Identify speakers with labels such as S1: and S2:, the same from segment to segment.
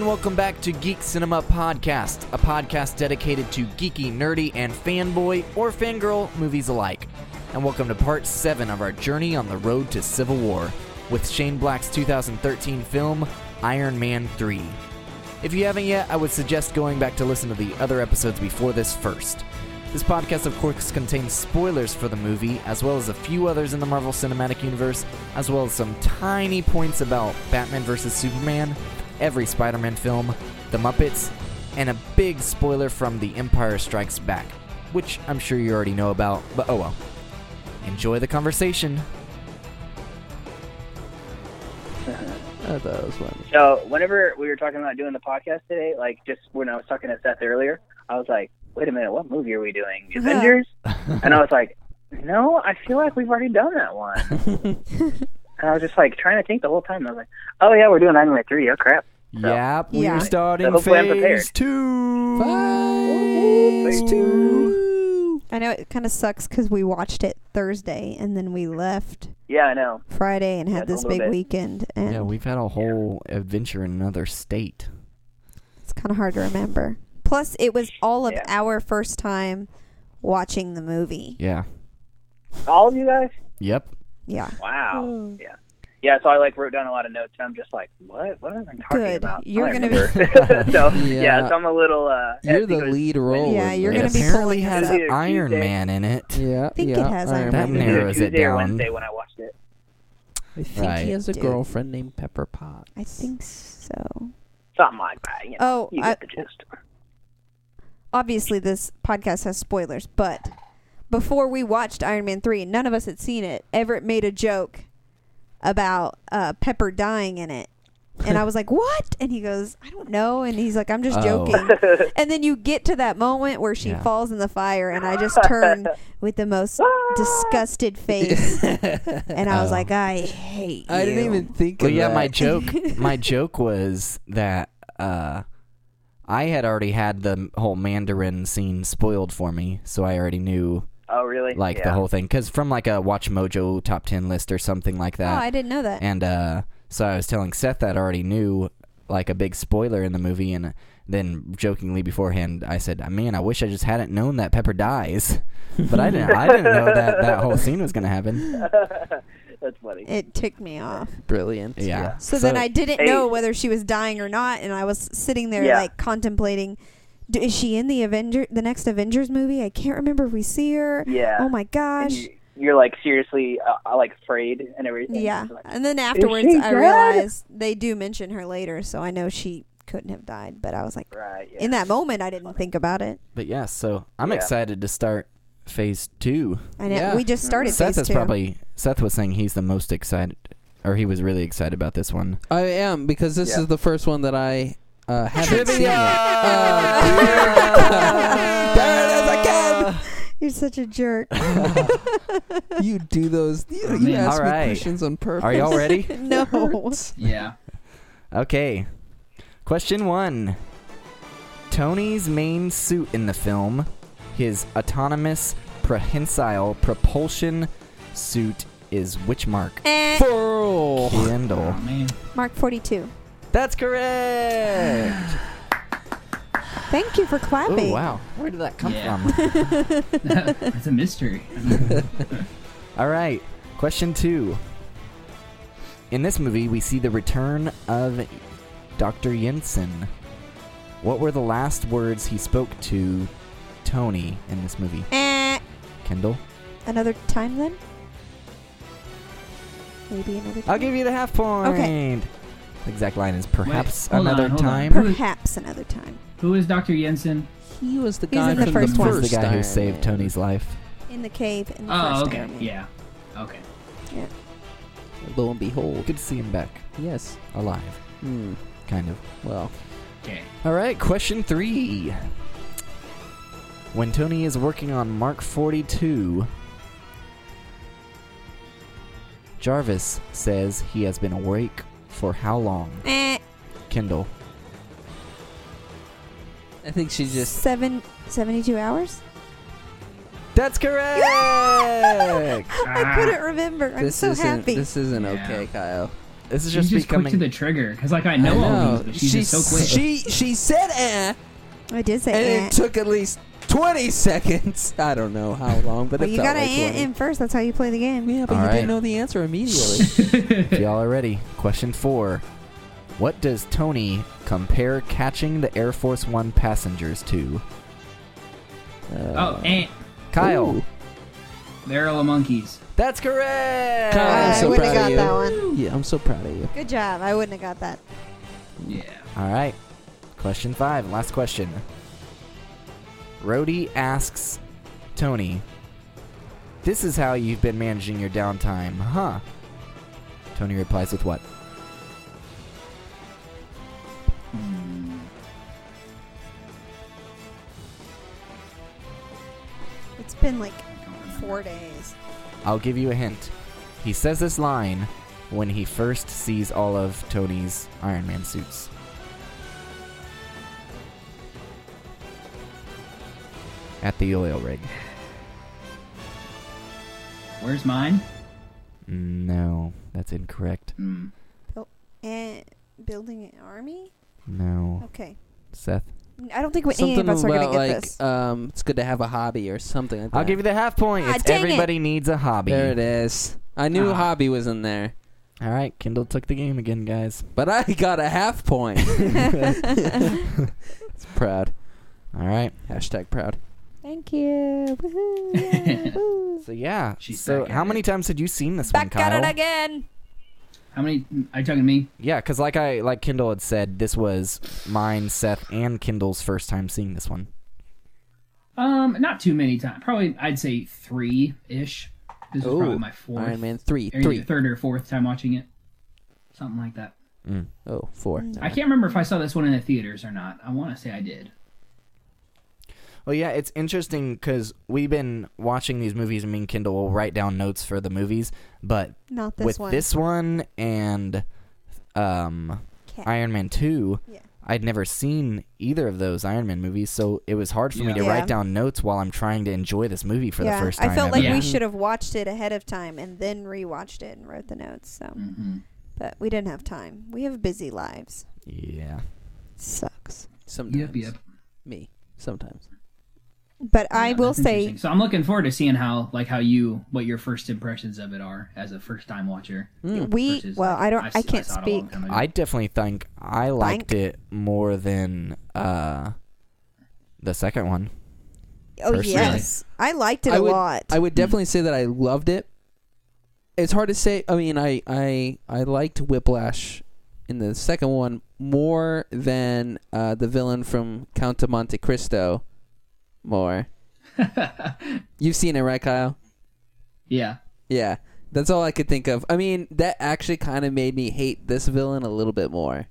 S1: welcome back to Geek Cinema Podcast, a podcast dedicated to geeky, nerdy, and fanboy or fangirl movies alike. And welcome to part 7 of our journey on the road to Civil War with Shane Black's 2013 film, Iron Man 3. If you haven't yet, I would suggest going back to listen to the other episodes before this first. This podcast, of course, contains spoilers for the movie, as well as a few others in the Marvel Cinematic Universe, as well as some tiny points about Batman vs. Superman, every Spider Man film, The Muppets, and a big spoiler from The Empire Strikes Back, which I'm sure you already know about, but oh well. Enjoy the conversation.
S2: I thought it was funny.
S3: So whenever we were talking about doing the podcast today, like just when I was talking to Seth earlier, I was like, "Wait a minute, what movie are we doing? The Avengers?" and I was like, "No, I feel like we've already done that one." and I was just like trying to think the whole time. I was like, "Oh yeah, we're doing Iron Man three. Oh crap."
S1: Yep, we're
S4: Yeah.
S1: starting
S3: So hopefully I'm prepared.
S1: phase two.
S3: Phase
S1: two.
S4: I know it kind of sucks because we watched it Thursday and then we left
S3: Yeah, I know.
S4: Friday and
S3: Yeah,
S4: had
S3: it's a
S4: this
S3: little
S4: big
S3: bit.
S4: weekend, and
S1: Yeah, we've had a whole adventure in another state.
S4: it's kind of hard to remember. Plus, it was all of
S3: Yeah.
S4: our first time watching the movie.
S1: Yeah.
S3: All of you guys?
S1: Yep.
S4: Yeah, Hmm.
S3: Wow. Yeah. Yeah, so I like wrote down a lot of notes, and I'm just like, "What? What am I talking
S4: Good.
S3: about?" I
S4: You're
S3: don't
S4: gonna be-
S3: remember. so
S1: Yeah.
S3: yeah. so I'm a little. Uh,
S2: You're the
S3: because-
S2: lead role.
S4: Yeah,
S2: in
S4: you're
S1: it
S4: gonna
S2: this.
S4: be
S1: apparently
S4: pulling
S1: has
S3: it out.
S1: Iron
S3: Tuesday.
S1: Man in it.
S2: Yeah,
S4: think it
S2: yeah,
S4: has
S2: I
S4: Iron
S2: remember.
S1: Man.
S3: It was
S1: Narrows it
S3: Tuesday or
S1: down.
S3: Wednesday when I watched it.
S2: I think
S1: Right.
S2: he has a
S4: Dude.
S2: girlfriend named Pepper Potts.
S4: I think so.
S3: Something like that. You know,
S4: Oh,
S3: you
S4: I-
S3: get the gist.
S4: Obviously, this podcast has spoilers, but before we watched Iron Man three, none of us had seen it. Everett made a joke about uh, Pepper dying in it. And I was like, "What?" And he goes, "I don't know." And he's like, "I'm just
S1: Oh.
S4: joking." And then you get to that moment where she
S1: Yeah.
S4: falls in the fire, and I just turn with the most disgusted face, and I was
S1: Oh.
S4: like, I hate.
S2: I didn't
S4: you." Oh,
S2: even think.
S1: Well,
S2: of
S1: yeah,
S2: that.
S1: my joke, my joke was that uh, I had already had the whole Mandarin scene spoiled for me, so I already knew
S3: Oh, really?
S1: like the
S3: Yeah.
S1: whole thing because from like a Watch Mojo top ten list or something like
S4: Oh,
S1: that.
S4: I didn't know that.
S1: and uh, so I was telling Seth that I already knew like a big spoiler in the movie, and then jokingly beforehand I said, "Man, I wish I just hadn't known that Pepper dies," but I didn't. I didn't know that that whole scene was gonna happen.
S3: That's funny.
S4: It ticked me off.
S2: Brilliant.
S1: Yeah.
S4: So, then I didn't
S3: Hey.
S4: know whether she was dying or not, and I was sitting there
S3: Yeah.
S4: like contemplating, D- is she in the Avenger, the next Avengers movie? I can't remember if we see her.
S3: Yeah.
S4: Oh my
S3: And
S4: gosh.
S3: you- You're like seriously, uh, uh, like afraid and everything.
S4: Yeah.
S3: It's like-
S4: And then afterwards,
S3: she
S4: I
S3: dead?
S4: realized they do mention her later, so I know she couldn't have died. But I was like,
S3: right. Yeah.
S4: in that moment, I didn't think about it.
S1: But yeah, so I'm
S3: Yeah.
S1: excited to start phase two.
S4: I know
S2: Yeah.
S4: we just started.
S1: Seth
S4: phase
S1: is
S4: two.
S1: probably Seth was saying he's the most excited, or he was really excited about this one.
S2: I am because this
S3: Yeah.
S2: is the first one that I uh, haven't seen.
S1: Trivia!
S2: Oh, damn it,
S4: You're such a jerk.
S2: again. You do those. You, you
S1: All
S2: ask
S1: right.
S2: me questions on purpose.
S1: Are y'all ready?
S4: no.
S2: Yeah.
S1: Okay. Question one. Tony's main suit in the film, his autonomous prehensile propulsion suit, is which mark?
S4: Eh,
S2: Furl.
S1: Kendall.
S4: Mark 42.
S1: That's correct.
S4: Thank you for clapping.
S1: Oh wow, where did that come
S5: Yeah.
S1: from?
S5: It's a mystery.
S1: All right. Question two. In this movie, we see the return of Dr. Jensen. What were the last words he spoke to Tony in this movie?
S4: Eh,
S1: Kendall?
S4: another time then? Maybe another time.
S1: I'll give you the half point.
S4: Okay.
S1: The exact line is perhaps
S5: hold on,
S1: another
S5: hold on.
S1: time.
S5: Per-
S4: Perhaps another time.
S5: Who is Dr. Jensen?
S2: He was the
S4: He's
S2: guy
S4: in the
S2: from
S4: first
S2: the
S4: one.
S1: Who's
S2: first
S1: the guy
S2: Iron
S1: who saved
S2: Man.
S1: Tony's life.
S4: In the cave in the
S5: Oh,
S4: first
S5: okay.
S4: Iron Man.
S5: Yeah. Okay.
S2: Lo and behold.
S1: Good to see him back
S2: Yes.
S1: alive,
S2: Hmm.
S1: kind of.
S2: Well.
S5: Okay.
S1: All right, question three. When Tony is working on Mark 42, Jarvis says he has been awake for how long?
S4: Eh,
S1: Kendall.
S2: I think she just.
S4: seven, 72 hours?
S1: That's correct!
S4: I couldn't remember. I'm
S2: this
S5: Ah.
S4: so
S2: isn't.
S4: happy.
S2: This isn't
S5: Yeah.
S2: okay, Kyle.
S1: This is
S5: She's
S1: just
S5: just
S1: becoming.
S5: quick to the trigger because like I know, all these, but she's
S2: she,
S5: just so quick.
S2: She she said eh,
S4: I did say eh.
S2: and it
S4: ant.
S2: took at least twenty seconds. I don't know how long, but
S4: well,
S2: it
S4: you
S2: felt
S4: gotta eh,
S2: like
S4: ant
S2: 20.
S4: in first. That's how you play the game.
S2: Yeah, but
S1: All
S2: you
S1: right.
S2: didn't know the answer immediately.
S1: If y'all are ready, question four. What does Tony compare catching the Air Force One passengers to?
S5: oh,
S2: Uh,
S5: ant,
S1: Kyle.
S2: ooh.
S5: barrel of monkeys.
S1: That's correct.
S2: Kyle,
S4: I
S2: I'm so
S4: wouldn't
S2: proud
S4: have
S2: of
S4: got
S2: you.
S4: that
S2: Yeah, I'm so proud of you.
S4: Good job. I wouldn't have got that.
S5: Yeah.
S1: All right. Question five. Last question. Rhodey asks Tony, This is how you've been managing your downtime, huh? Tony replies with what?
S4: It's been like
S5: I don't remember.
S4: four days.
S1: I'll give you a hint. He says this line when he first sees all of Tony's Iron Man suits. At the oil rig.
S5: Where's mine?
S1: No, that's incorrect.
S5: Hmm.
S4: And building an army.
S1: No.
S4: Okay.
S1: Seth?
S4: I don't think we, any
S2: Something
S4: of us are gonna
S2: about
S4: get
S2: like
S4: this.
S2: um, it's good to have a hobby or something like that.
S1: I'll give you the half point.
S4: Ah,
S1: it's
S4: dang it.
S1: everybody needs a hobby.
S2: There it is. I knew
S5: Ah.
S2: hobby was in there,
S1: All right, Kendall took the game again, guys.
S2: but I got a half point.
S1: uh,
S2: it's proud.
S1: All right.
S2: Hashtag proud.
S4: Thank you. Woohoo. Yeah, woo.
S1: So yeah.
S5: She's
S1: so
S5: back at
S1: how
S5: it.
S1: many times had you seen this
S4: Back
S1: one, Kyle?
S4: at it again.
S5: How many? hmm, Are you talking to me?
S1: Yeah, because like I like Kendall had said, this was mine, Seth, and Kendall's first time seeing this one.
S5: Um, not too many times. Probably, I'd say three ish. This was probably
S2: Ooh,
S5: my fourth,
S2: Iron Man three,
S5: or
S2: three.
S5: either third or fourth time watching it, something like that.
S2: Oh, four.
S4: Mm.
S5: I can't remember if I saw this one in the theaters or not. I want to say I did.
S1: Well, yeah, it's interesting because we've been watching these movies, and me and Kendall will write down notes for the movies. But
S4: Not this
S1: with
S4: one.
S1: this one and um,
S4: Cat.
S1: Iron Man Two,
S4: Yeah.
S1: I'd never seen either of those Iron Man movies, so it was hard for me
S5: Yeah.
S1: to
S4: Yeah.
S1: write down notes while I'm trying to enjoy this movie for
S4: yeah.
S1: the first time.
S4: I felt
S1: ever.
S4: like we
S5: Yeah.
S4: should have watched it ahead of time and then rewatched it and wrote the notes. So,
S5: hmm
S4: but we didn't have time. We have busy lives.
S1: Yeah.
S4: Sucks.
S2: Sometimes.
S5: Yep, yep.
S2: Me. Sometimes.
S4: But I
S5: Yeah,
S4: will
S5: that's
S4: say,
S5: interesting. So I'm looking forward to seeing how, like, how you, what your first impressions of it are as a first time watcher.
S2: Hmm.
S4: we.
S5: versus,
S4: Well,
S5: like,
S4: I don't.
S5: I've
S4: I
S5: s-
S4: can't
S5: saw it a
S4: speak.
S5: long time ago.
S1: I definitely think I liked it more than uh the second one.
S4: Oh
S1: personally.
S4: yes, I liked it a
S2: I would,
S4: lot.
S2: I would definitely say that I loved it. It's hard to say. I mean, I I I liked Whiplash in the second one more than uh, the villain from Count of Monte Cristo. More. You've seen it, right, Kyle?
S5: Yeah.
S2: Yeah. That's all I could think of. I mean, that actually kind of made me hate this villain a little bit more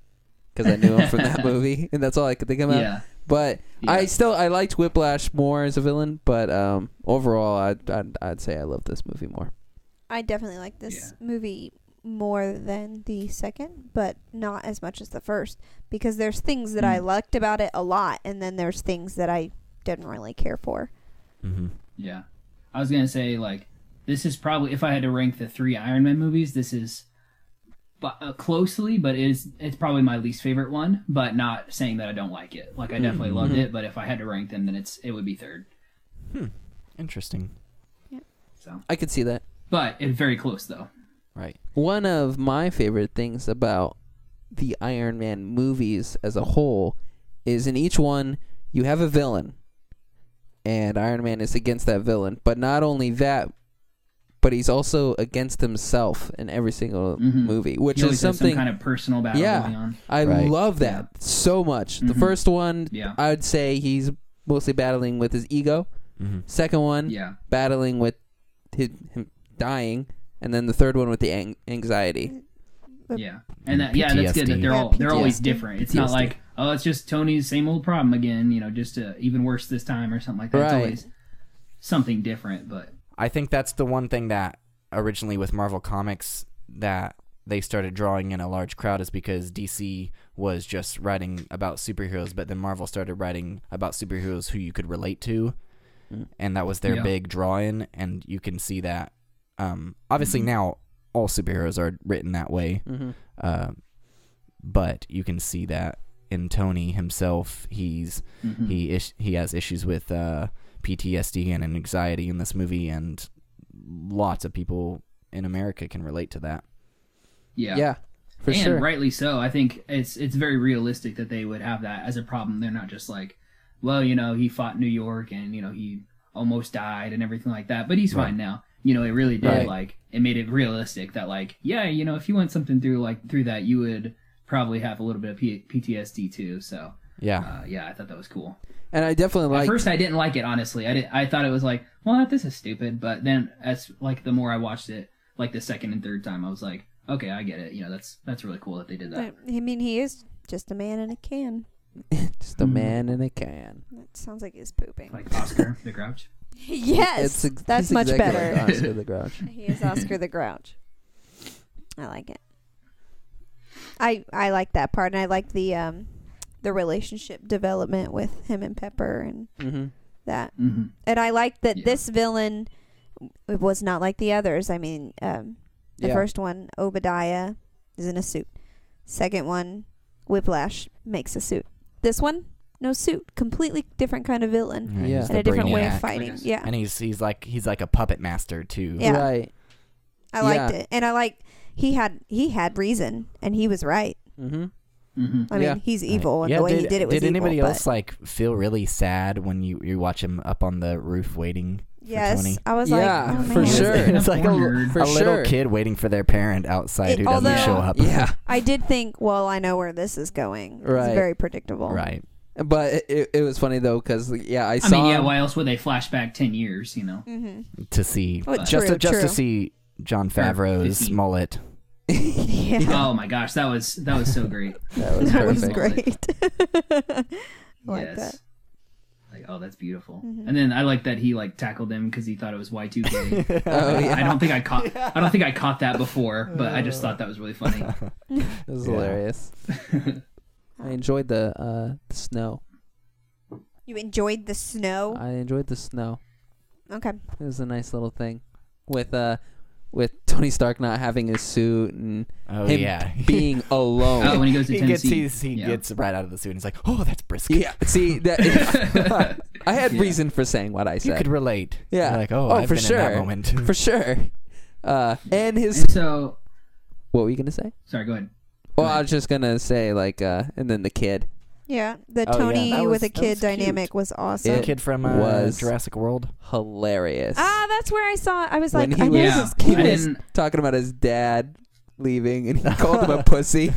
S2: because I knew him from that movie, and that's all I could think about.
S5: Yeah.
S2: But
S5: Yeah.
S2: I still I liked Whiplash more as a villain, but um, overall, I'd, I'd I'd say I love this movie more.
S4: I definitely like this movie more than the second, but not as much as the first because there's things that I
S2: Hmm.
S5: Mm.
S4: liked about it a lot, and then there's things that I didn't really care for.
S1: Mm-hmm.
S5: Yeah. I was gonna say like this is probably if I had to rank the three Iron Man movies, this is bu- uh, closely, but it is it's probably my least favorite one. But not saying that I don't like it. Like I definitely
S2: Mm-hmm.
S5: loved it, but if I had to rank them, then it's it would be third.
S1: Interesting.
S5: So,
S2: I could see that.
S5: but it's very close though.
S1: Right.
S2: One of my favorite things about the Iron Man movies as a whole is in each one you have a villain and Iron Man is against that villain. But not only that, but he's also against himself in every single
S5: Mhm.
S2: movie,
S5: He
S2: which
S5: always
S2: is
S5: has
S2: something
S5: some kind of personal battle
S2: Yeah.
S5: going on.
S2: I
S1: Right.
S2: love that so much. The
S5: Mhm.
S2: first one,
S5: Yeah.
S2: I'd say he's mostly battling with his ego.
S1: Mm-hmm.
S2: Second one,
S5: Yeah.
S2: battling with his, him dying, and then the third one with the ang- anxiety. uh,
S5: Yeah. And that, yeah, that's good. That they're
S4: Yeah,
S5: all they're always
S4: PTSD.
S5: different. It's not
S2: PTSD.
S5: like oh, it's just Tony's same old problem again. You know, just uh, even worse this time or something like that. It's
S2: Right.
S5: always something different, but
S1: I think that's the one thing that originally with Marvel Comics that they started drawing in a large crowd is because DC was just writing about superheroes, but then Marvel started writing about superheroes who you could relate to, and that was their
S5: Yeah.
S1: big draw in. And you can see that. Um, obviously now all superheroes are written that way.
S2: Mhm.
S1: Uh, but you can see that in Tony himself, he's
S5: Mhm.
S1: he is, he has issues with uh, PTSD and anxiety in this movie, and lots of people in America can relate to that.
S5: yeah.
S2: Yeah, for
S5: and
S2: sure.
S5: rightly so. I think it's it's very realistic that they would have that as a problem. They're not just like, well, you know, he fought New York and you know he almost died and everything like that, but he's
S1: Right.
S5: fine now. You know, it really did
S2: Right.
S5: like it made it realistic that like, yeah, you know, if you went something through like through that, you would probably have a little bit of P- PTSD too. So
S1: Yeah,
S5: uh, yeah, I thought that was cool.
S2: And I definitely
S5: At
S2: like.
S5: first, I didn't like it honestly. I did, I thought it was like, well, this is stupid. But then, as like the more I watched it, like the second and third time, I was like, okay, I get it. You know, that's that's really cool that they did that.
S4: I mean, he is just a man in a can.
S2: just a
S4: Mm.
S2: man in a can.
S4: That sounds like he's pooping.
S5: like Oscar the Grouch.
S4: yes,
S2: ex-
S4: that's
S2: he's
S4: much
S2: exactly
S4: better.
S2: like Oscar the Grouch.
S4: He is Oscar the Grouch. I like it. I I like that part, and I like the um the relationship development with him and Pepper and
S2: hmm
S4: that.
S5: Mm-hmm.
S4: And I like that
S5: Yeah.
S4: this villain w- was not like the others. I mean, um, the
S2: Yeah.
S4: first one, Obadiah, is in a suit. Second one, Whiplash makes a suit. This one, no suit, completely different kind of villain
S1: And
S2: Yeah.
S1: he's
S4: and
S1: Mm. the
S4: a different way
S1: brainiac.
S4: of fighting.
S5: guess.
S4: Yeah.
S1: and he's he's like he's like a puppet master too.
S4: Yeah.
S2: Right.
S4: I liked
S2: Yeah.
S4: it, and I like he had he had reason, and he was right.
S2: hmm
S5: Mm-hmm.
S4: I mean,
S2: Yeah.
S4: he's evil, and
S1: Yeah,
S4: the way he did it was
S1: Did
S4: evil,
S1: anybody
S4: but-
S1: else like feel really sad when you you watch him up on the roof waiting? Tony?
S4: Yes, I was
S2: Yeah,
S4: like, oh,
S2: for
S4: man.
S2: sure.
S1: it's like a,
S5: Cornered.
S1: a
S2: For
S1: little
S2: sure.
S1: kid waiting for their parent outside
S4: It-
S1: who doesn't
S4: although-
S1: show up.
S2: Yeah.
S4: I did think, well, I know where this is going.
S2: Right.
S4: It's very predictable.
S1: Right.
S2: But it- it, it was funny though because yeah, I
S5: I
S2: saw.
S5: mean, yeah.
S2: him-
S5: Why else would they flash back ten years? You know.
S4: Mm-hmm.
S1: To see
S4: Well,
S1: just
S4: true,
S1: to, just
S4: true.
S1: to see John Favreau's
S5: fifteen.
S1: mullet.
S4: Yeah.
S5: Oh my gosh, that was that was so great.
S2: that was
S4: that was
S2: perfect.
S4: great. I like that.
S5: Like, oh, that's beautiful.
S4: Mhm.
S5: And then I like that he like tackled him because he thought it was Y two K.
S2: Oh yeah,
S5: I don't think I caught. I don't think I caught that before, but I just thought that was really funny.
S1: Oh,
S2: it was
S1: Yeah.
S2: hilarious. I enjoyed the uh, the snow.
S4: You enjoyed the snow.
S2: I enjoyed the snow.
S4: Okay.
S2: It was a nice little thing with uh with Tony Stark not having his suit and
S1: Oh
S2: him
S1: yeah.
S2: being alone.
S5: Oh, when he goes to
S1: he gets
S5: Tennessee,
S1: he, he
S5: Yeah.
S1: gets right out of the suit and he's like, "Oh, that's brisket."
S2: yeah, see that I had reason for saying what I
S1: You could
S2: said
S1: relate.
S2: Yeah.
S1: You're like, "Oh,
S2: Oh,
S1: I've
S2: for
S1: been in that
S2: sure.
S1: moment."
S2: for sure. Uh, and his
S5: And so,
S2: what were you gonna say?
S5: sorry. Go ahead.
S2: Well, I was just gonna say like uh, and then the kid.
S4: Yeah. The
S1: Oh, yeah.
S4: Tony
S1: That
S4: with
S1: was-
S4: a
S1: that was
S4: kid
S1: cute.
S4: dynamic was awesome.
S2: It
S1: the kid from uh,
S2: was-
S1: Jurassic World.
S2: hilarious.
S4: Ah, that's where I saw. I was
S2: When
S4: like,
S2: he
S4: I know
S2: was-
S4: this
S5: Yeah,
S4: is
S5: I
S4: cute.
S5: didn't.
S2: Talking about his dad leaving, and he called him a pussy.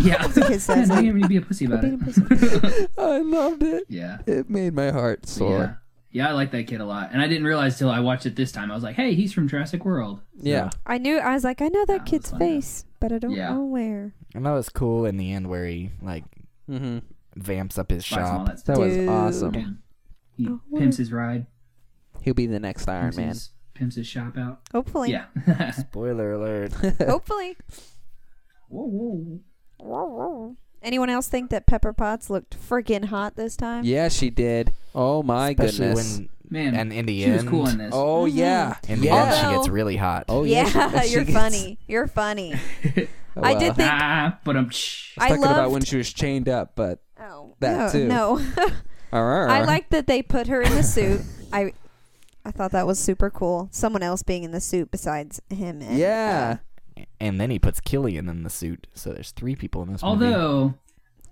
S5: Yeah,
S4: kid says
S5: Yeah,
S4: it.
S5: you didn't even be a pussy about
S4: being a
S5: it.
S2: I loved it.
S5: yeah.
S2: It made my heart
S5: Yeah.
S2: sore.
S5: Yeah, I like that kid a lot. And I didn't realize till I watched it this time. I was like, hey, he's from Jurassic World.
S2: Yeah,
S4: I knew. I was like, I know that
S5: That
S4: kid's
S5: was funny.
S4: face, but I don't
S5: Yeah.
S4: know where.
S1: And that was cool in the end where he like
S2: Mm-hmm.
S1: vamps up his
S5: Buys him all
S1: shop.
S5: that stuff.
S2: that was
S4: Dude.
S2: awesome.
S5: Yeah. He
S4: Oh, what?
S5: pimps his ride.
S2: He'll be the next Iron
S5: Pimps
S2: Man.
S5: his, pimps his shop out.
S4: Hopefully.
S5: Yeah.
S1: Spoiler alert.
S4: Hopefully.
S5: whoa, whoa.
S4: Anyone else think that Pepper Potts looked freaking hot this time?
S2: Yeah, she did. Oh my
S1: Especially
S2: goodness.
S1: when
S5: Man,
S1: and in the
S5: she
S1: end,
S5: was cool in this.
S2: oh
S4: Mhm.
S2: yeah.
S1: in the
S2: yeah.
S1: end she
S4: Although-
S1: gets really hot.
S2: oh yeah.
S4: Yeah,
S2: she- she
S4: you're
S2: gets-
S4: funny. You're funny.
S2: Oh,
S4: I did
S2: well.
S4: think.
S5: ah, but I'm...
S4: I
S2: talking about
S4: loved-
S2: when she was chained up, but
S4: Oh,
S2: That
S4: no,
S2: too.
S4: No, I like that they put her in the suit. I, I thought that was super cool. Someone else being in the suit besides him. And,
S2: Yeah.
S1: And then he puts Killian in the suit, so there's three people in this movie.
S5: Although,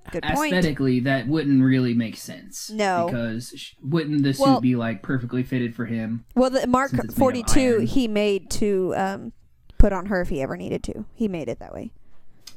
S4: uh, good point.
S5: aesthetically, that wouldn't really make sense.
S4: No.
S5: Because sh- wouldn't the suit
S4: Well-
S5: be, like, perfectly fitted for him?
S4: Well, the Mark
S5: Since it's made of
S4: 42
S5: iron.
S4: he made to um, put on her if he ever needed to. He made it that way.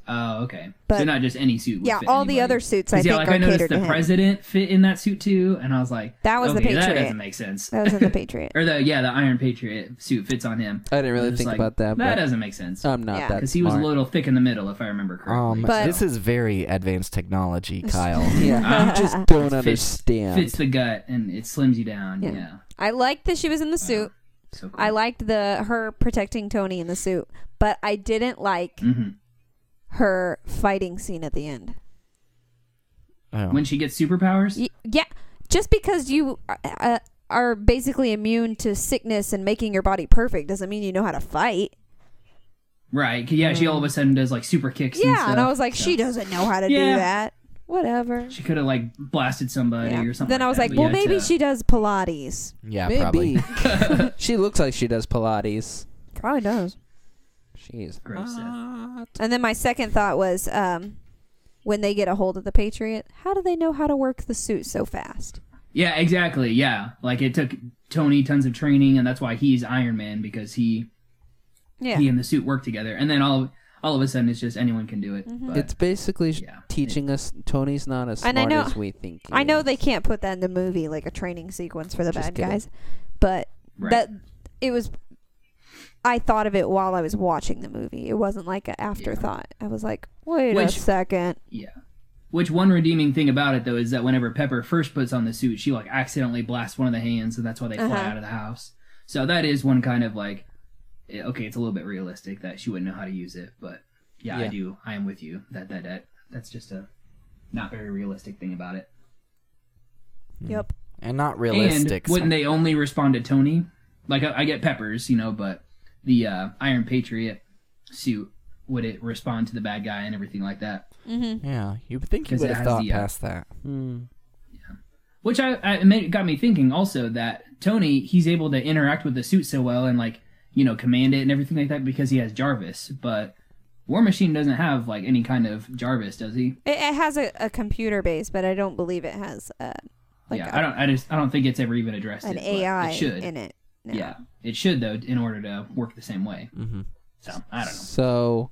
S5: Oh, okay. so
S4: But-
S5: not just any suit would
S4: Yeah,
S5: fit
S4: all
S5: anybody.
S4: the other suits I
S5: 'Cause, yeah,
S4: think
S5: like
S4: are
S5: I noticed
S4: catered
S5: the
S4: to him.
S5: president fit in that suit too, and I was like,
S4: That was the
S5: okay, That
S4: Patriot.
S5: doesn't make sense.
S4: that was in the Patriot.
S5: or the yeah, the Iron Patriot suit fits on him.
S2: I didn't
S5: I was
S2: really
S5: just
S2: think
S5: like,
S2: about that, but
S5: That doesn't make sense
S2: I'm not
S4: Yeah.
S2: that
S5: because he was a
S2: smart.
S5: little thick in the middle, if I remember correctly.
S1: Um,
S4: But-
S1: this is very advanced technology, Kyle.
S2: Yeah, you just don't understand.
S5: fits the gut and it slims you down.
S4: Yeah.
S5: Yeah,
S4: I liked that she was in the suit.
S5: so cool.
S4: I liked the her protecting Tony in the suit, but I didn't like
S5: Mhm.
S4: her fighting scene at the end.
S1: Oh.
S2: Oh.
S1: Um,
S5: when she gets superpowers.
S4: Y- yeah, just because you uh, uh, are basically immune to sickness and making your body perfect doesn't mean you know how to fight.
S5: Right. 'cause, Yeah, she all of a sudden does like super kicks and
S4: Um, yeah,
S5: stuff.
S4: and I was like,
S5: so-
S4: she doesn't know how to do
S5: Yeah.
S4: that. Whatever.
S5: She could have like blasted somebody
S4: Yeah.
S5: or something.
S4: Then I was
S5: that,
S4: like,
S5: but
S4: well,
S5: yeah,
S4: maybe
S5: it's, uh,
S4: she does Pilates.
S1: Yeah, probably.
S2: Maybe. she looks like she does Pilates.
S4: Probably does.
S2: She's
S5: Gross, Seth.
S2: hot.
S4: And then my second thought was, um, when they get a hold of the Patriot, how do they know how to work the suit so fast?
S5: Yeah, exactly. Yeah, like it took Tony tons of training, and that's why he's Iron Man because he
S4: Yeah.
S5: he and the suit work together. And then all of, all of a sudden, it's just anyone can do it.
S4: Mm-hmm.
S5: But
S2: It's basically sh
S5: Yeah.
S2: teaching us Tony's not as smart
S4: And I know-
S2: as we think. he
S4: I know
S2: is.
S4: they can't put that in the movie like a training sequence for the
S2: Just
S4: bad
S2: kidding.
S4: guys, but
S5: Right.
S4: that it was. I thought of it while I was watching the movie. It wasn't like an afterthought. I was like, wait a
S5: Which-
S4: second.
S5: yeah. Which one redeeming thing about it though is that whenever Pepper first puts on the suit, she like accidentally blasts one of the hands, and that's why they fly
S4: Uh-huh.
S5: out of the house. So that is one kind of like, eh, okay, it's a little bit realistic that she wouldn't know how to use it, but yeah, I
S2: Yeah.
S5: do. I am with you. That that that that's just a not very realistic thing about it.
S4: Yep.
S1: And not realistic.
S5: And wouldn't they only respond to Tony? Like I, I get Peppers, you know, but the uh, Iron Patriot suit would it respond to the bad guy and everything like that?
S1: yeah, you would think you
S5: 'Cause it
S1: would have
S5: has
S1: thought
S5: the, uh,
S1: past that.
S5: Hmm. Which I, I it made, got me thinking also that Tony he's able to interact with the suit so well and like you know command it and everything like that because he has Jarvis, but War Machine doesn't have like any kind of Jarvis, does he?
S4: It, it has a, a computer base, but I don't believe it has uh, like
S5: yeah,
S4: a-
S5: I I don't. I just I don't think it's ever even addressed.
S4: an
S5: it, but
S4: AI
S5: It should.
S4: in it. No.
S5: Yeah, it should though in order to work the same way.
S1: Mhm.
S5: So I don't know.
S2: So,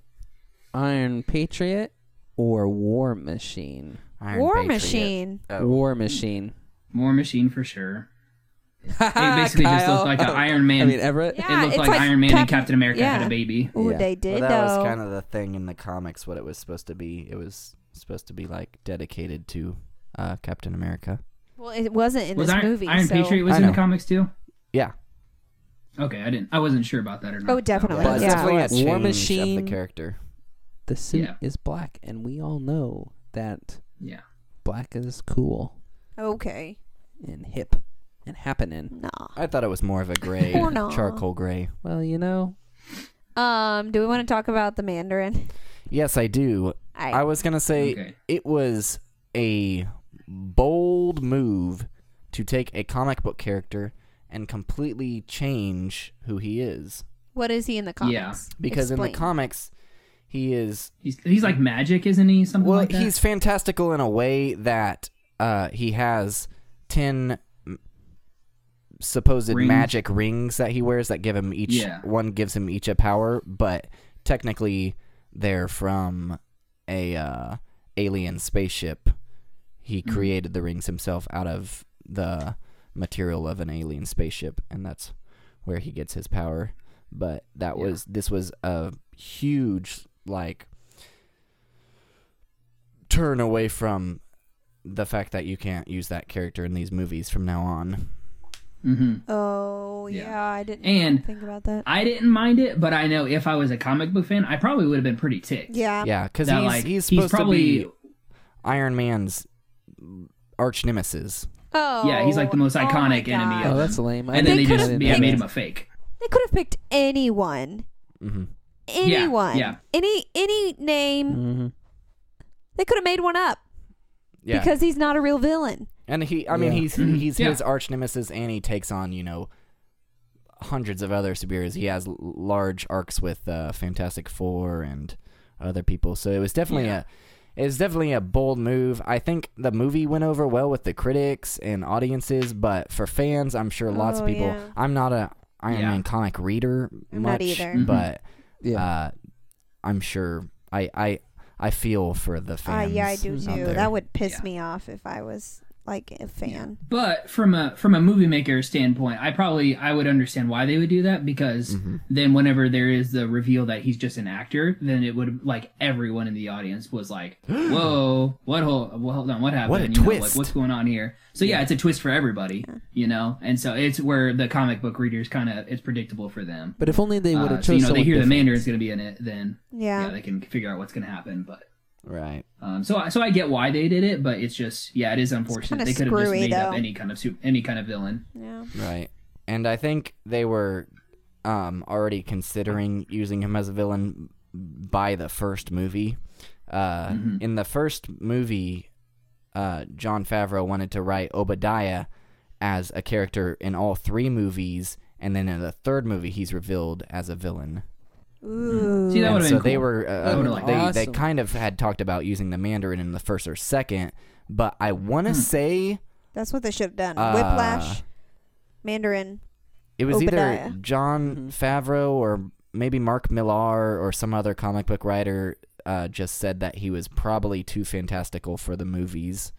S2: Iron Patriot or War Machine?
S1: Iron
S4: War
S1: Patriot.
S4: Machine.
S1: Oh.
S2: War Machine.
S5: War Machine for sure. It basically just looked like an Iron Man.
S2: I
S1: uh,
S2: mean, Everett.
S4: Yeah. Ah,
S5: it looked
S4: Oh. it's
S5: like,
S4: like
S5: Iron Man
S4: Cap-
S5: and Captain America had
S4: yeah.
S5: a baby.
S4: Ooh,
S2: Yeah.
S4: they did
S1: Well, that
S4: though.
S1: was kind of the thing in the comics. What it was supposed to be. It was supposed to be like dedicated to uh, Captain America.
S4: well, it wasn't in
S5: was
S4: this
S5: Iron,
S4: movie.
S5: Iron
S4: so.
S5: Patriot was
S1: I
S5: in the
S1: know.
S5: comics too?
S1: Yeah,
S5: Okay, I didn't. I wasn't sure about that or not.
S4: Oh, definitely.
S1: but
S4: But
S1: it's
S4: yeah.
S1: definitely a change
S2: War
S1: of
S2: Machine.
S1: the character.
S2: The suit
S5: Yeah.
S2: is black, and we all know that
S5: Yeah.
S2: black is cool
S4: Okay.
S2: and hip and happening.
S4: Nah.
S1: I thought it was more of a gray,
S4: Or not.
S1: charcoal gray.
S2: Well, you know,
S4: Um, do we want to talk about the Mandarin?
S1: Yes, I do.
S4: I,
S1: I was gonna say
S5: Okay.
S1: it was a bold move to take a comic book character and completely change who he is.
S4: what is he in the comics?
S1: Because in the
S4: Explain.
S1: comics, he is
S5: He's he's like magic, isn't he? Something
S1: well,
S5: like that.
S1: he's fantastical in a way that uh, he has ten m- supposed
S5: Rings.
S1: magic rings that he wears that give him each
S5: Yeah.
S1: one gives him each a power, but technically they're from a uh, alien spaceship. He
S5: Mm-hmm.
S1: created the rings himself out of the material of an alien spaceship, and that's where he gets his power. But that
S5: Yeah.
S1: was this was a huge like turn away from the fact that you can't use that character in these movies from now on.
S5: hmm
S4: Oh yeah,
S5: Yeah.
S4: I didn't
S5: And-
S4: think about that.
S5: I didn't mind it, but I know if I was a comic book fan, I probably would have been pretty ticked.
S4: Yeah.
S1: Yeah, because
S5: That,
S1: he's,
S5: like,
S1: he's
S5: he's
S1: supposed
S5: probably-
S1: to be Iron Man's arch nemesis.
S4: Oh.
S5: Yeah, he's like the most
S4: oh my
S5: iconic enemy
S4: God.
S5: of-
S2: oh, that's lame. I
S5: And then
S4: They
S5: they,
S2: didn't
S5: just
S4: could've
S2: know
S5: yeah,
S2: that.
S5: made him a fake.
S4: They could have picked anyone.
S1: hmm
S4: Anyone.
S5: yeah.
S4: Any any name.
S2: Mhm.
S4: They could have made one up
S1: Yeah,
S4: because he's not a real villain.
S1: and he, I mean,
S2: Yeah.
S1: he's
S5: Mhm.
S1: he's
S5: Yeah.
S1: his arch nemesis, and he takes on you know hundreds of other superheroes. He has l- large arcs with uh, Fantastic Four and other people. So it was definitely
S5: Yeah.
S1: a it was definitely a bold move. I think the movie went over well with the critics and audiences, but for fans, I'm sure lots
S4: Oh,
S1: of people.
S4: yeah.
S1: I'm not a Iron
S5: Yeah.
S1: Man comic reader
S4: I'm
S1: much,
S4: not either.
S5: Mhm.
S1: but
S2: Yeah.
S1: uh, I'm sure I I I feel for the
S4: Ah,
S1: fans.
S4: yeah, I do
S1: out
S4: too.
S1: there.
S4: That would piss
S5: Yeah.
S4: me off if I was like a fan.
S5: But from a from a movie maker standpoint, I probably I would understand why they would do that because
S1: Mm-hmm.
S5: then whenever there is the reveal that he's just an actor, then it would like everyone in the audience was like, "Whoa, what? Hold, well, hold on, what happened?
S1: What a
S5: you know, like,
S1: twist.
S5: what's going on here?" So yeah, it's a twist for everybody, you know. And so it's where the comic book readers kind of it's predictable for them.
S2: But if only they would have chosen
S5: Uh, so you know they
S2: someone
S5: hear the
S2: different.
S5: Mandarin's going to be in it, then yeah.
S4: Yeah.
S5: they can figure out what's going to happen. But
S1: Right.
S5: Um, so I so I get why they did it, but it's just yeah, it is unfortunate.
S4: kinda
S5: They could have just
S4: screwy,
S5: made up
S4: though.
S5: any kind of su- any kind of villain.
S4: Yeah.
S1: Right. And I think they were um, already considering using him as a villain by the first movie. Uh,
S5: Mm-hmm.
S1: In the first movie, uh, John Favreau wanted to write Obadiah as a character in all three movies, and then in the third movie, he's revealed as a villain.
S4: Ooh.
S5: See, that
S1: And
S5: would've
S1: so
S5: been
S1: they
S5: cool.
S1: were
S2: That
S1: uh,
S5: would've been
S1: they, they
S2: awesome.
S1: kind of had talked about using the Mandarin in the first or second, but I want
S5: Hmm.
S1: to say
S4: That's what they should have done.
S1: Uh,
S4: Whiplash, Mandarin.
S1: It was
S4: Obadiah. Mm-hmm.
S1: either John Favreau or maybe Mark Millar or some other comic book writer uh, just said that he was probably too fantastical for the movies.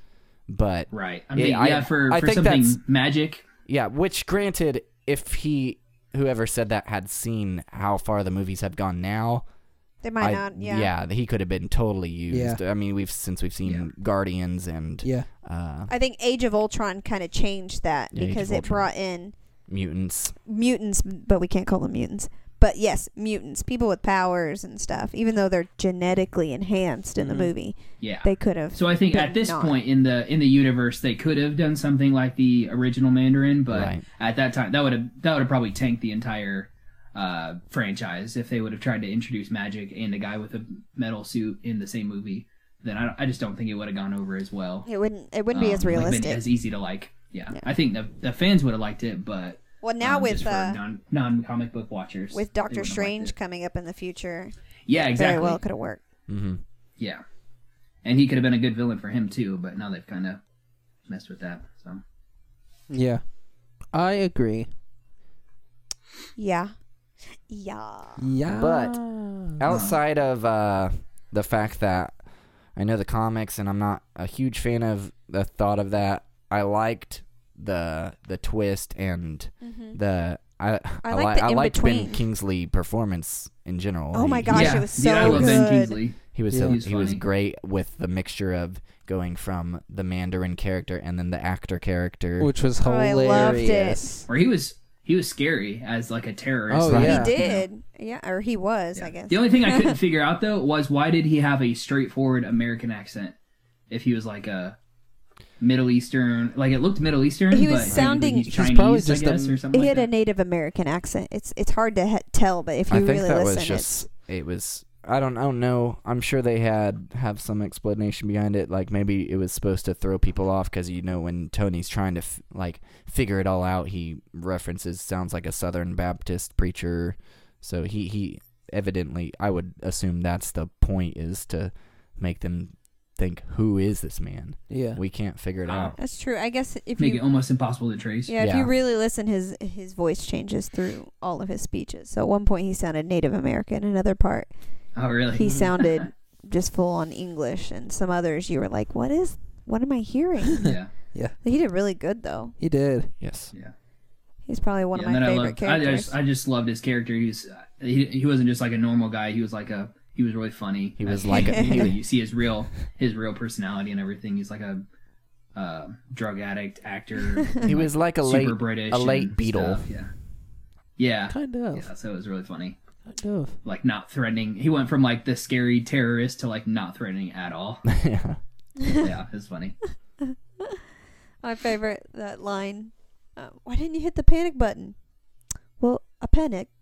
S1: But
S5: Right. I
S1: Yeah,
S5: mean, yeah,
S1: I-
S5: for,
S1: I
S5: for
S1: think
S5: something
S1: that's-
S5: magic.
S1: yeah, which granted, if he whoever said that had seen how far the movies have gone now,
S4: They might
S1: I-
S4: not. Yeah.
S1: he could have been totally used. I mean, we've since we've seen
S5: Yeah.
S1: Guardians and
S2: Yeah.
S1: uh,
S4: I think Age of Ultron kind of changed that
S1: Yeah, Age
S4: because
S1: of
S4: it
S1: Ultron.
S4: brought in
S1: mutants.
S4: mutants, but we can't call them mutants. But yes, mutants, people with powers and stuff, even though they're genetically enhanced in
S1: Mm-hmm.
S4: the movie,
S5: Yeah.
S4: they could have.
S5: So I think
S4: But
S5: at this
S4: not.
S5: point in the in the universe, they could have done something like the original Mandarin, but
S1: Right.
S5: at that time, that would have that would have probably tanked the entire uh, franchise if they would have tried to introduce magic and the guy with the metal suit in the same movie. Then I, don't- I just don't think it would have gone over as well.
S4: It wouldn't. It wouldn't be
S5: Um,
S4: as
S5: like, been
S4: realistic.
S5: as easy to like. Yeah,
S4: Yeah.
S5: I think the, the fans would have liked it, but
S4: well, now
S5: um,
S4: with
S5: just for
S4: uh,
S5: non non comic book watchers
S4: with Doctor
S5: they wouldn't have liked
S4: Strange
S5: it.
S4: coming up in the future,
S5: Yeah, exactly.
S4: very well could have worked.
S1: hmm
S5: Yeah. And he could have been a good villain for him too, but now they've kind of messed with that. So
S2: Yeah. I agree.
S4: Yeah, yeah.
S2: Yeah.
S1: But outside of uh, the fact that I know the comics and I'm not a huge fan of the thought of that, I liked the the twist and the I
S4: Mm-hmm. I
S1: I,
S4: like
S1: like
S4: the
S1: I liked Ben
S4: in-between.
S1: Kingsley performance in general.
S4: Oh my
S1: He-
S4: gosh,
S5: yeah.
S4: it was
S5: Dude, I
S4: so
S5: love Ben
S4: good.
S5: Kingsley.
S1: he was
S2: Yeah.
S1: he,
S5: He's
S1: was
S5: funny.
S1: great with the mixture of going from the Mandarin character and then the actor character.
S2: which was
S4: Oh, I
S2: hilarious.
S4: loved it.
S5: Or he was he was scary as like a terrorist.
S2: Oh, yeah.
S4: He did, yeah, or he was, I guess.
S5: The only thing I couldn't figure out though was why did he have a straightforward American accent if he was like a Middle Eastern, like it looked Middle Eastern,
S4: He
S5: but
S4: was
S5: technically
S4: sounding-
S5: he's
S4: He's
S5: Chinese,
S2: probably
S5: I
S2: just a-
S5: guess, or something
S4: He
S5: like
S4: had a
S5: that.
S4: Native American accent. It's it's hard to he- tell, but if you
S1: I
S4: really
S1: think that
S4: listen,
S1: was
S4: it's
S1: just it was I don't I don't know. I'm sure they had have some explanation behind it. Like maybe it was supposed to throw people off because you know when Tony's trying to f- like figure it all out, he references sounds like a Southern Baptist preacher. So he he evidently I would assume that's the point is to make them think who is this man?
S2: Yeah.
S1: We can't figure it
S5: Oh.
S1: out.
S4: that's true. I guess if
S5: Make
S4: you
S5: it almost impossible to trace.
S4: Yeah, if
S1: Yeah.
S4: you really listen, his his voice changes through all of his speeches. So at one point he sounded Native American, another part
S5: Oh, really?
S4: he sounded just full on English, and some others you were like, "What is? What am I hearing?"
S5: yeah.
S4: he did really good though.
S2: He did.
S1: Yes.
S4: He's probably one of
S5: and
S4: my
S5: then
S4: favorite
S5: I loved,
S4: characters.
S5: I just, I just loved his character. He was uh, he, he wasn't just like a normal guy. He was like a he was really funny.
S1: He
S5: I
S1: was
S5: think
S1: like a-
S5: you, you see his real his real personality and everything. He's like a uh, drug addict actor.
S1: He was like a
S5: super
S1: late
S5: British,
S1: a late
S5: and
S1: Beatle.
S5: stuff, Yeah. Yeah.
S2: Kind of.
S5: Yeah, so it was really funny.
S2: Kind of.
S5: Like not threatening. He went from like the scary terrorist to like not threatening at all.
S1: yeah.
S5: yeah, it was funny.
S4: my favorite that line. Uh, Why didn't you hit the panic button? Well, I panicked,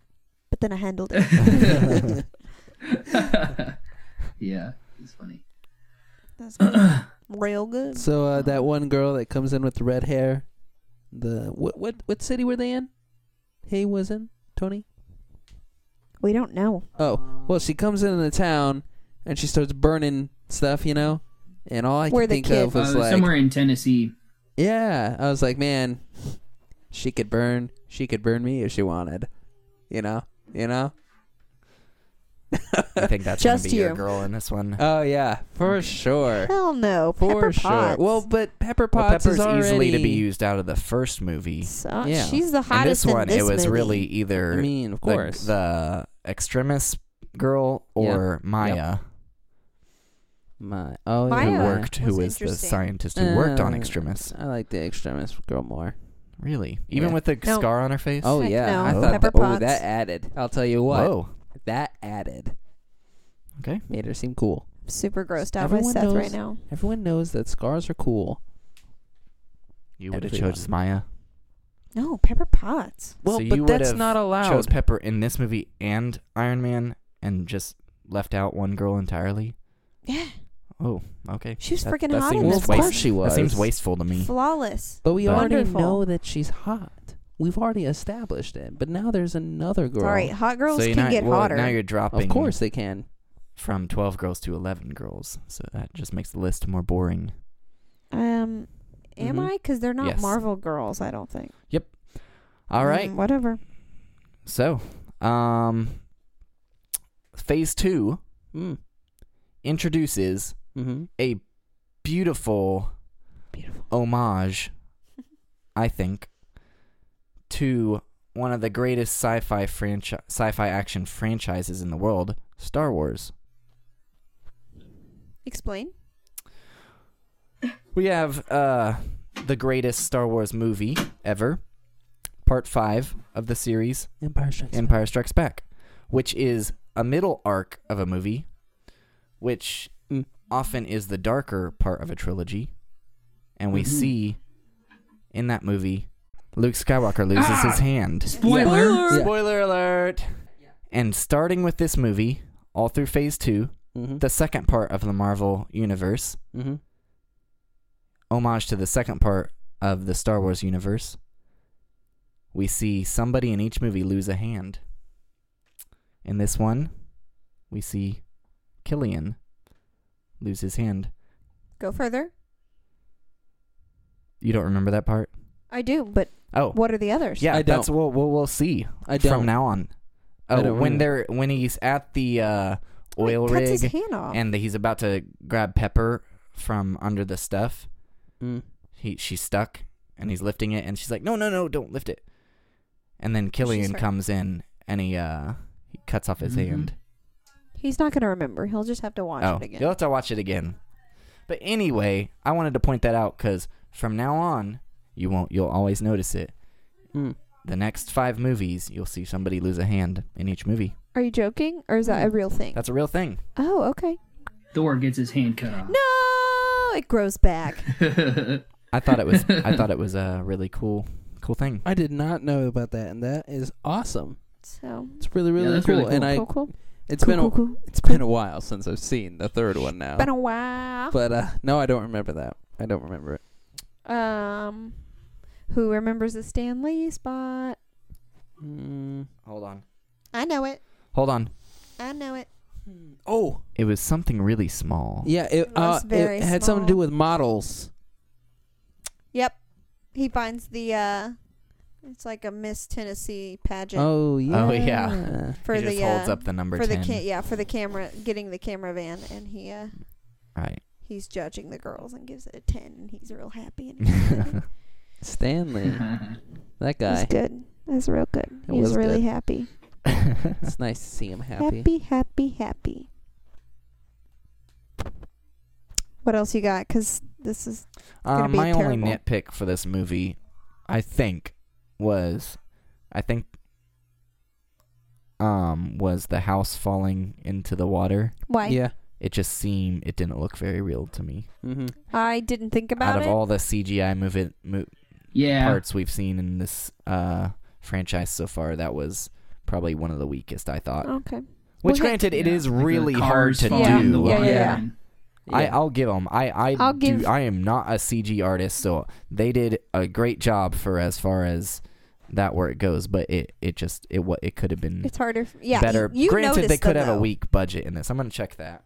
S4: but then I handled it.
S5: yeah, it was funny.
S4: That's good. real good.
S2: So uh, that one girl that comes in with the red hair, the what what what city were they in? He was in Tony.
S4: We don't know.
S2: Oh well, she comes in the town and she starts burning stuff, you know. And all I
S4: Where
S2: could
S4: the
S2: think
S4: kid-
S2: of was
S5: Uh,
S2: like,
S5: somewhere in Tennessee.
S2: yeah, I was like, man, she could burn, she could burn me if she wanted, you know, you know.
S1: I think that's
S4: Just
S1: gonna be
S4: you.
S1: your girl in this one.
S2: Oh yeah, for sure,
S4: Hell no.
S2: for
S4: Pepper
S2: sure.
S4: Potts.
S2: Well, but Pepper
S1: Well,
S2: Potts
S1: Pepper's
S2: is already
S1: easily to be used out of the first movie.
S4: So-
S2: Yeah.
S4: she's the
S1: And
S4: hottest
S1: this one,
S4: in this
S1: it was
S4: movie.
S1: really either
S2: I mean, of
S1: the-
S2: course.
S1: the, extremist girl or Maya,
S2: My oh,
S4: Maya
S1: who
S2: yeah.
S1: worked, who
S4: was
S1: was the
S4: interesting.
S1: scientist who worked on
S2: Uh,
S1: extremists.
S2: I like the extremist girl more.
S1: Really, even
S2: yeah.
S1: with the
S4: No.
S1: scar on her face.
S2: Oh
S4: Heck
S2: yeah,
S4: no.
S2: I
S1: Oh.
S2: thought
S4: Pepper
S2: that, oh,
S4: Potts.
S2: that added. I'll tell you what,
S1: whoa!
S2: that added
S1: Okay,
S2: made her seem cool.
S4: super grossed out by
S2: Everyone
S4: Seth right
S2: knows-
S4: now.
S2: Everyone knows that scars are cool.
S1: You would have
S2: Everyone.
S1: chose Maya.
S4: No, Pepper Potts.
S2: Well,
S1: So you
S2: but that's
S1: would've
S2: not allowed.
S1: Chose Pepper in this movie and Iron Man, and just left out one girl entirely.
S4: Yeah,
S1: Oh, okay.
S4: she was
S1: That-
S4: freaking
S1: that
S4: hot
S1: seems
S4: in
S2: well,
S4: this.
S2: of
S1: waste-
S2: course she
S1: That
S2: was.
S1: seems wasteful to me.
S4: Flawless.
S2: But we
S1: But-
S2: already
S4: Wonderful.
S2: know that she's hot. We've already established it. But now there's another girl.
S4: All right, hot girls
S1: so you're
S4: can
S1: not-
S4: get
S1: well,
S4: hotter.
S1: Now you're dropping.
S2: Of course they can.
S1: From twelve girls to eleven girls, so that just makes the list more boring.
S4: um, am
S1: Mhm.
S4: I? Because they're not
S1: Yes.
S4: Marvel girls, I don't think.
S1: All right.
S4: Mm, whatever.
S1: So, um, phase two hmm,
S2: Mm.
S1: introduces
S2: hmm
S1: a beautiful
S4: Beautiful.
S1: homage, I think, to one of the greatest sci-fi franchi- sci-fi action franchises in the world, Star Wars.
S4: Explain.
S1: We have uh, the greatest Star Wars movie ever, Part Five of the series,
S2: Empire Strikes Back.
S1: Empire Strikes Back, which is a middle arc of a movie, which
S2: Mm.
S1: often is the darker part of a trilogy. And we
S5: Mhm.
S1: see in that movie Luke Skywalker loses
S5: Ah!
S1: his hand.
S5: Spoiler.
S2: Yeah.
S1: Spoiler alert! And starting with this movie, all through phase two,
S2: Mhm.
S1: the second part of the Marvel universe,
S2: Mhm.
S1: homage to the second part of the Star Wars universe, we see somebody in each movie lose a hand. In this one, we see Killian lose his hand.
S4: Go further.
S1: You don't remember that part?
S4: I do, but
S1: Oh,
S4: what are the others?
S1: yeah,
S2: I
S1: that's what we'll, we'll see
S2: I
S1: from
S2: don't.
S1: now on.
S2: I
S1: Oh,
S2: don't
S1: when
S2: remember.
S1: they're when he's at the uh,
S4: Like,
S1: oil
S4: cuts his
S1: rig
S4: hand off.
S1: and he's about to grab Pepper from under the stuff,
S2: Mm.
S1: he she's stuck and he's lifting it and she's like no no no don't lift it and then killian
S4: right.
S1: comes in and he uh he cuts off his
S5: Mhm.
S1: hand
S4: He's not gonna remember. He'll just have to Mm-hmm. watch
S1: oh
S4: it again.
S1: you'll have to watch it again but anyway i wanted to point that out because from now on you won't you'll always notice it
S2: Mm.
S1: the next five movies you'll see somebody lose a hand in each movie
S4: Are you joking, or is that
S1: Mm-hmm.
S4: a real thing?
S1: that's a real thing
S4: Oh, okay.
S5: Thor gets his hand cut off.
S4: No, it grows back.
S1: i thought it was i thought it was a really cool cool thing
S2: I did not know about that, and that is awesome.
S4: So
S2: It's really, really,
S5: that's
S2: cool.
S5: really
S2: And
S5: cool.
S2: I,
S4: cool, cool.
S2: it's
S4: Cool,
S2: been
S4: cool,
S2: a,
S4: cool.
S2: it's been a while since I've seen the third one now.
S4: Been a while.
S2: But uh, no, I don't remember that. I don't remember it.
S4: Um, who remembers the Stan Lee spot?
S2: Mm.
S1: hold on
S4: I know it.
S1: hold on
S4: I know it.
S2: Oh,
S1: it was something really small
S2: yeah. It,
S4: It
S2: uh,
S4: was very
S2: it had something to do
S4: small.
S2: with models.
S4: Yep. He finds the uh it's like a Miss Tennessee pageant
S2: Oh yeah.
S1: Oh, yeah.
S4: for
S1: he
S4: the
S1: just holds
S4: uh,
S1: up the number
S4: for
S1: 10
S4: the ca- yeah, for the camera getting the camera van and he uh
S1: right
S4: he's judging the girls and gives it a 10 and he's real happy and he's
S2: Stanley, that guy.
S4: good. That's real good.
S2: It
S4: He's
S2: was
S4: really
S2: good.
S4: happy.
S1: Uh,
S2: It's nice to see him happy.
S4: happy. Happy, happy, What else you got? Cuz this is gonna
S1: Uh,
S4: be
S1: my only
S4: terrible.
S1: nitpick for this movie, I think, was I think um was the house falling into the water.
S4: why
S2: Yeah.
S1: It just seemed it didn't look very real to me.
S2: Mm-hmm.
S4: I didn't think about
S1: Out of
S4: it.
S1: all the CGI movie mo-
S5: yeah.
S1: parts we've seen in this uh franchise so far, that was probably one of the weakest I thought.
S4: okay.
S1: Which,
S4: Oh. Well,
S1: granted, it
S5: Yeah,
S1: is
S5: like the
S1: really hard
S5: cars
S1: to
S5: falling in the
S1: do.
S5: water.
S4: Yeah, yeah,
S5: and-
S1: I, I'll give them. I I
S4: I'll
S1: do,
S4: give-
S1: I am not a CG artist, so they did a great job for as far as that where it goes. But it it just it what it could have been
S4: It's harder. f- Yeah,
S1: better.
S4: You, you
S1: Granted,
S4: noticed
S1: they could
S4: them,
S1: have a
S4: though.
S1: weak budget in this. I'm gonna check that.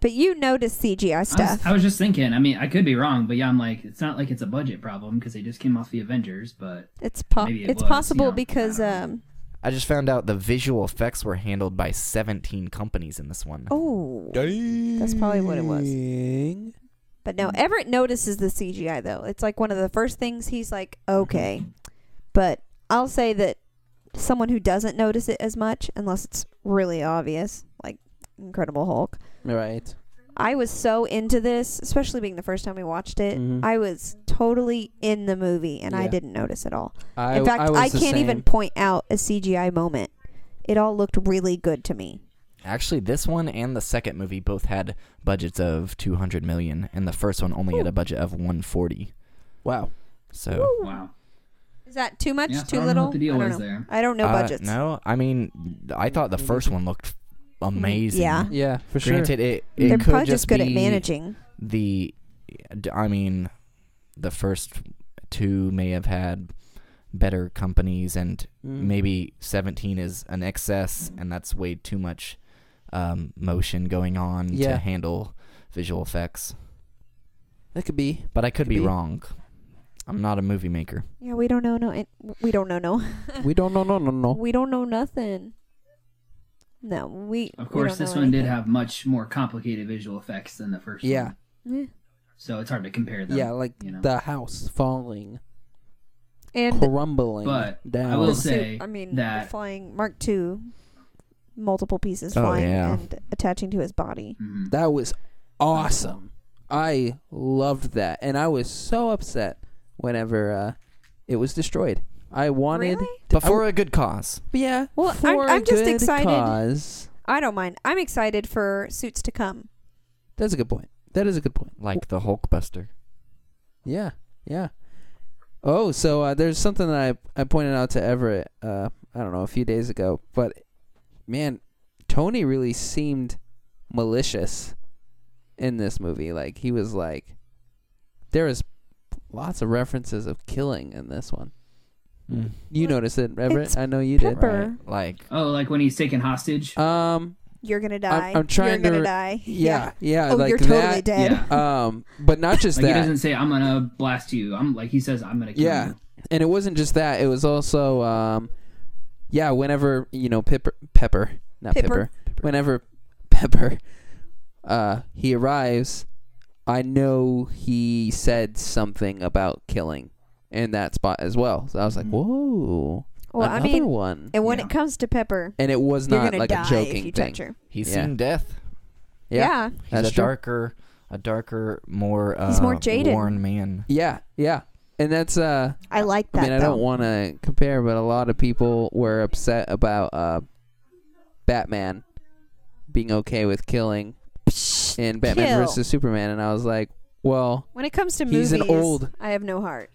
S4: But you noticed CGI
S5: I was,
S4: stuff.
S5: I was just thinking. I mean, I could be wrong, but yeah, I'm like, it's not like it's a budget problem because they just came off the Avengers, but
S4: it's po-
S5: maybe it
S4: it's
S5: was, Uh-huh.
S4: possible
S5: you know,
S4: because
S5: I don't
S4: um
S1: I just found out the visual effects were handled by 17 companies in this one.
S4: oh that's probably what it was.
S2: Dang.
S4: But no, Everett notices the CGI though. It's like one of the first things he's like,
S1: Mm-hmm.
S4: okay. But I'll say that someone who doesn't notice it as much, unless it's really obvious, like Incredible Hulk.
S2: Right.
S4: I was so into this, especially being the first time we watched it.
S1: Mm-hmm.
S2: Mhm.
S4: I was totally in the movie, and I
S2: Yeah.
S4: didn't notice at all.
S2: I,
S4: In fact,
S2: was
S4: I,
S2: the
S4: can't even
S2: same.
S4: point out a CGI moment. It all looked really good to me.
S1: Actually, this one and the second movie both had budgets of 200 million, and the first one only had a budget of 140.
S2: Wow.
S1: So
S5: Wow.
S4: Is that too much?
S5: Yeah, so
S4: too
S5: I don't know
S4: little?
S5: what the deal
S4: I don't
S5: is
S4: know.
S5: there.
S4: I don't know
S1: Uh,
S4: budgets.
S1: No, I mean, I thought the first one looked amazing.
S4: Yeah.
S2: Yeah, for sure.
S1: Granted, it, it
S4: They're
S1: could
S4: probably
S1: just
S4: just good
S1: be
S4: at managing.
S1: the. I mean, the first two may have had better companies, and
S2: Mm.
S1: maybe 17 is an excess, and that's way too much um, motion going on to
S2: Yeah.
S1: handle visual effects.
S2: That could be.
S1: But I could,
S2: Could
S1: be,
S2: be.
S1: wrong. I'm not a movie maker.
S4: Yeah, we don't know no. it- We don't know no.
S2: We don't know. No, no,
S1: Oh.
S2: no.
S4: we don't know nothing. No, we.
S5: Of
S4: we
S5: course,
S4: don't know
S5: this one did
S4: anything.
S5: have much more complicated visual effects than the first
S2: Yeah.
S5: one.
S4: Yeah.
S5: So it's hard to compare them.
S2: Yeah, like
S5: you know.
S2: the house falling,
S4: And
S2: crumbling
S5: But
S2: down.
S5: I will
S4: the suit-
S5: say
S4: I mean, the
S5: that-
S4: flying Mark II, multiple pieces
S1: Oh,
S4: flying
S1: yeah.
S4: and attaching to his body.
S5: Mhm.
S2: That was awesome. I loved that, and I was so upset whenever uh, it was destroyed. I wanted,
S4: Really?
S1: But
S2: I
S1: for
S2: w-
S1: a good cause.
S2: yeah.
S4: Well,
S2: for
S4: I'm-
S2: a
S4: I'm just
S2: good
S4: excited.
S2: Cause.
S4: I don't mind. I'm excited for suits to come.
S2: That's a good point. That is a good point.
S1: Like the Hulkbuster.
S2: Yeah, yeah. Oh, so uh, there's something that I I pointed out to Everett. Uh, I don't know a few days ago, but man, Tony really seemed malicious in this movie. Like he was like, there is lots of references of killing in this one. You
S4: Well,
S2: noticed it, Everett.
S4: it's
S2: I know you
S4: Pepper,
S1: Like
S5: Oh, like when he's taken hostage.
S1: Uh,
S2: did. Um,
S4: you're gonna die.
S2: I'm trying
S4: you're
S2: to-
S4: gonna die.
S2: yeah, yeah,
S4: Oh,
S2: like
S4: you're totally
S2: that.
S4: dead.
S5: Yeah.
S2: Um, but not just
S5: Like he
S2: that.
S5: doesn't say I'm gonna blast you. I'm like he says I'm gonna kill
S2: Yeah,
S5: you.
S2: and it wasn't just that. It was also, um, yeah, whenever you know Pepper, Pepper, not
S4: Pipper.
S2: Pepper, whenever Pepper, uh, he arrives, I know he said something about killing in that spot as well. So I was like,
S5: Mhm.
S2: whoa,
S4: Well, I
S2: another
S4: mean,
S2: one,
S4: and when
S5: Yeah.
S4: it comes to Pepper,
S2: and it was
S4: you're
S2: not
S4: gonna
S2: like
S4: die
S2: a joking
S4: if you
S2: thing.
S4: touch her.
S1: he's
S2: Yeah.
S1: seen death.
S2: Yeah.
S4: yeah.
S1: He's
S2: That's
S1: a
S2: true.
S1: darker, a darker, more uh,
S4: He's more jaded.
S1: worn man.
S2: Yeah, yeah, and that's uh.
S4: I like that.
S2: I mean, I
S4: though.
S2: don't want to compare, but a lot of people were upset about uh, Batman being okay with killing in Batman
S4: kill.
S2: versus Superman, and I was like, well,
S4: When it comes to movies,
S2: He's an old-
S4: I have no heart.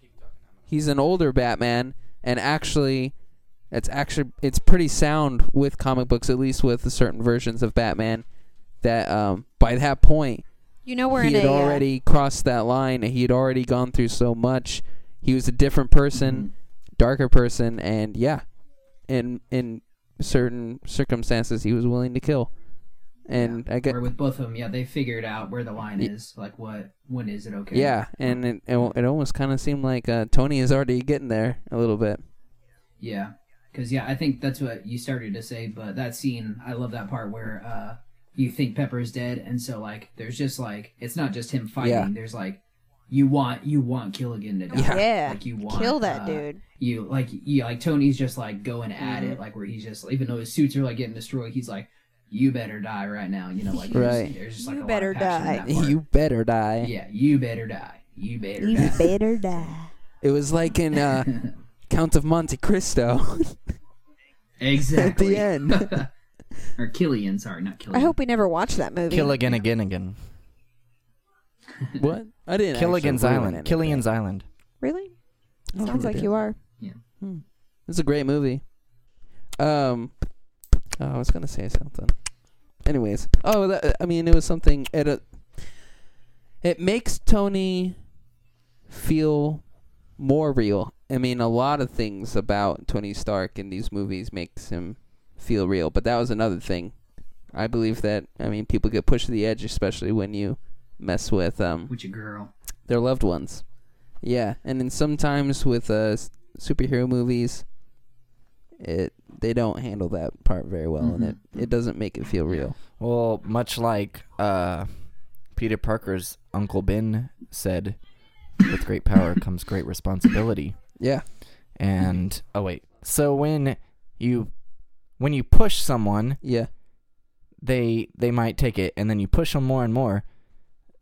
S2: he's an older Batman, and actually, it's actually it's pretty sound with comic books, at least with the certain versions of Batman. That um, by that point,
S4: You know we're
S2: he
S4: in
S2: had
S4: a uh,
S2: already crossed that line. He had already gone through so much. He was a different person.
S5: Mhm.
S4: Mm-hmm.
S2: darker person and yeah in in certain circumstances he was willing to kill and i get
S5: Where with both of them, yeah, they figured out where the line
S2: Ye-
S5: is. Like what? When is it okay?
S2: yeah and it, it, it almost kind of seemed like uh, tony is already getting there a little bit
S5: Yeah, because yeah, I think that's what you started to say. But that scene, I love that part where uh, you think Pepper's dead, and so like, there's just like, it's not just him fighting.
S2: Yeah.
S5: There's like, you want you want Killigan to die.
S2: Yeah.
S4: Yeah.
S5: like you want
S4: kill that
S5: uh,
S4: dude. Mm-hmm.
S5: You like you like Tony's just like going at it, like where he's just even though his suits are like getting destroyed, he's like, you better die right now. You know, like there's-
S2: Right.
S5: There's, just like
S4: You
S5: a
S4: better
S5: lot of passion in
S4: die.
S5: that part.
S2: you better die
S5: yeah, you better die. You better
S4: You
S5: die.
S4: better die.
S2: it was like in uh, count of monte cristo
S5: exactly
S2: end.
S5: or Killian, sorry, not Killian.
S4: I hope we never watch that movie.
S1: Kill again, again, again.
S2: what i didn't actually
S1: Killigan's
S2: ruin
S1: Island.
S2: anything.
S1: Killian's Island.
S4: Really?
S2: Oh,
S4: Sounds
S2: we
S4: like
S2: did.
S4: you are.
S2: it's a great movie um oh, i was gonna say something anyways oh that, i mean it was something it uh, it makes tony feel more real i mean a lot of things about tony stark in these movies makes him feel real but that was another thing i believe that i mean people get pushed to the edge especially when you mess with um
S5: with your girl.
S2: their loved ones yeah and then sometimes with uh s- superhero movies it they don't handle that part very well and it
S1: Mm-hmm.
S2: it doesn't make it feel real
S1: Well, much like uh, Peter Parker's Uncle Ben said, with great power comes great responsibility.
S2: Yeah.
S1: And oh wait, so when you when you push someone,
S2: Yeah.
S1: they they might take it, and then you push them more and more.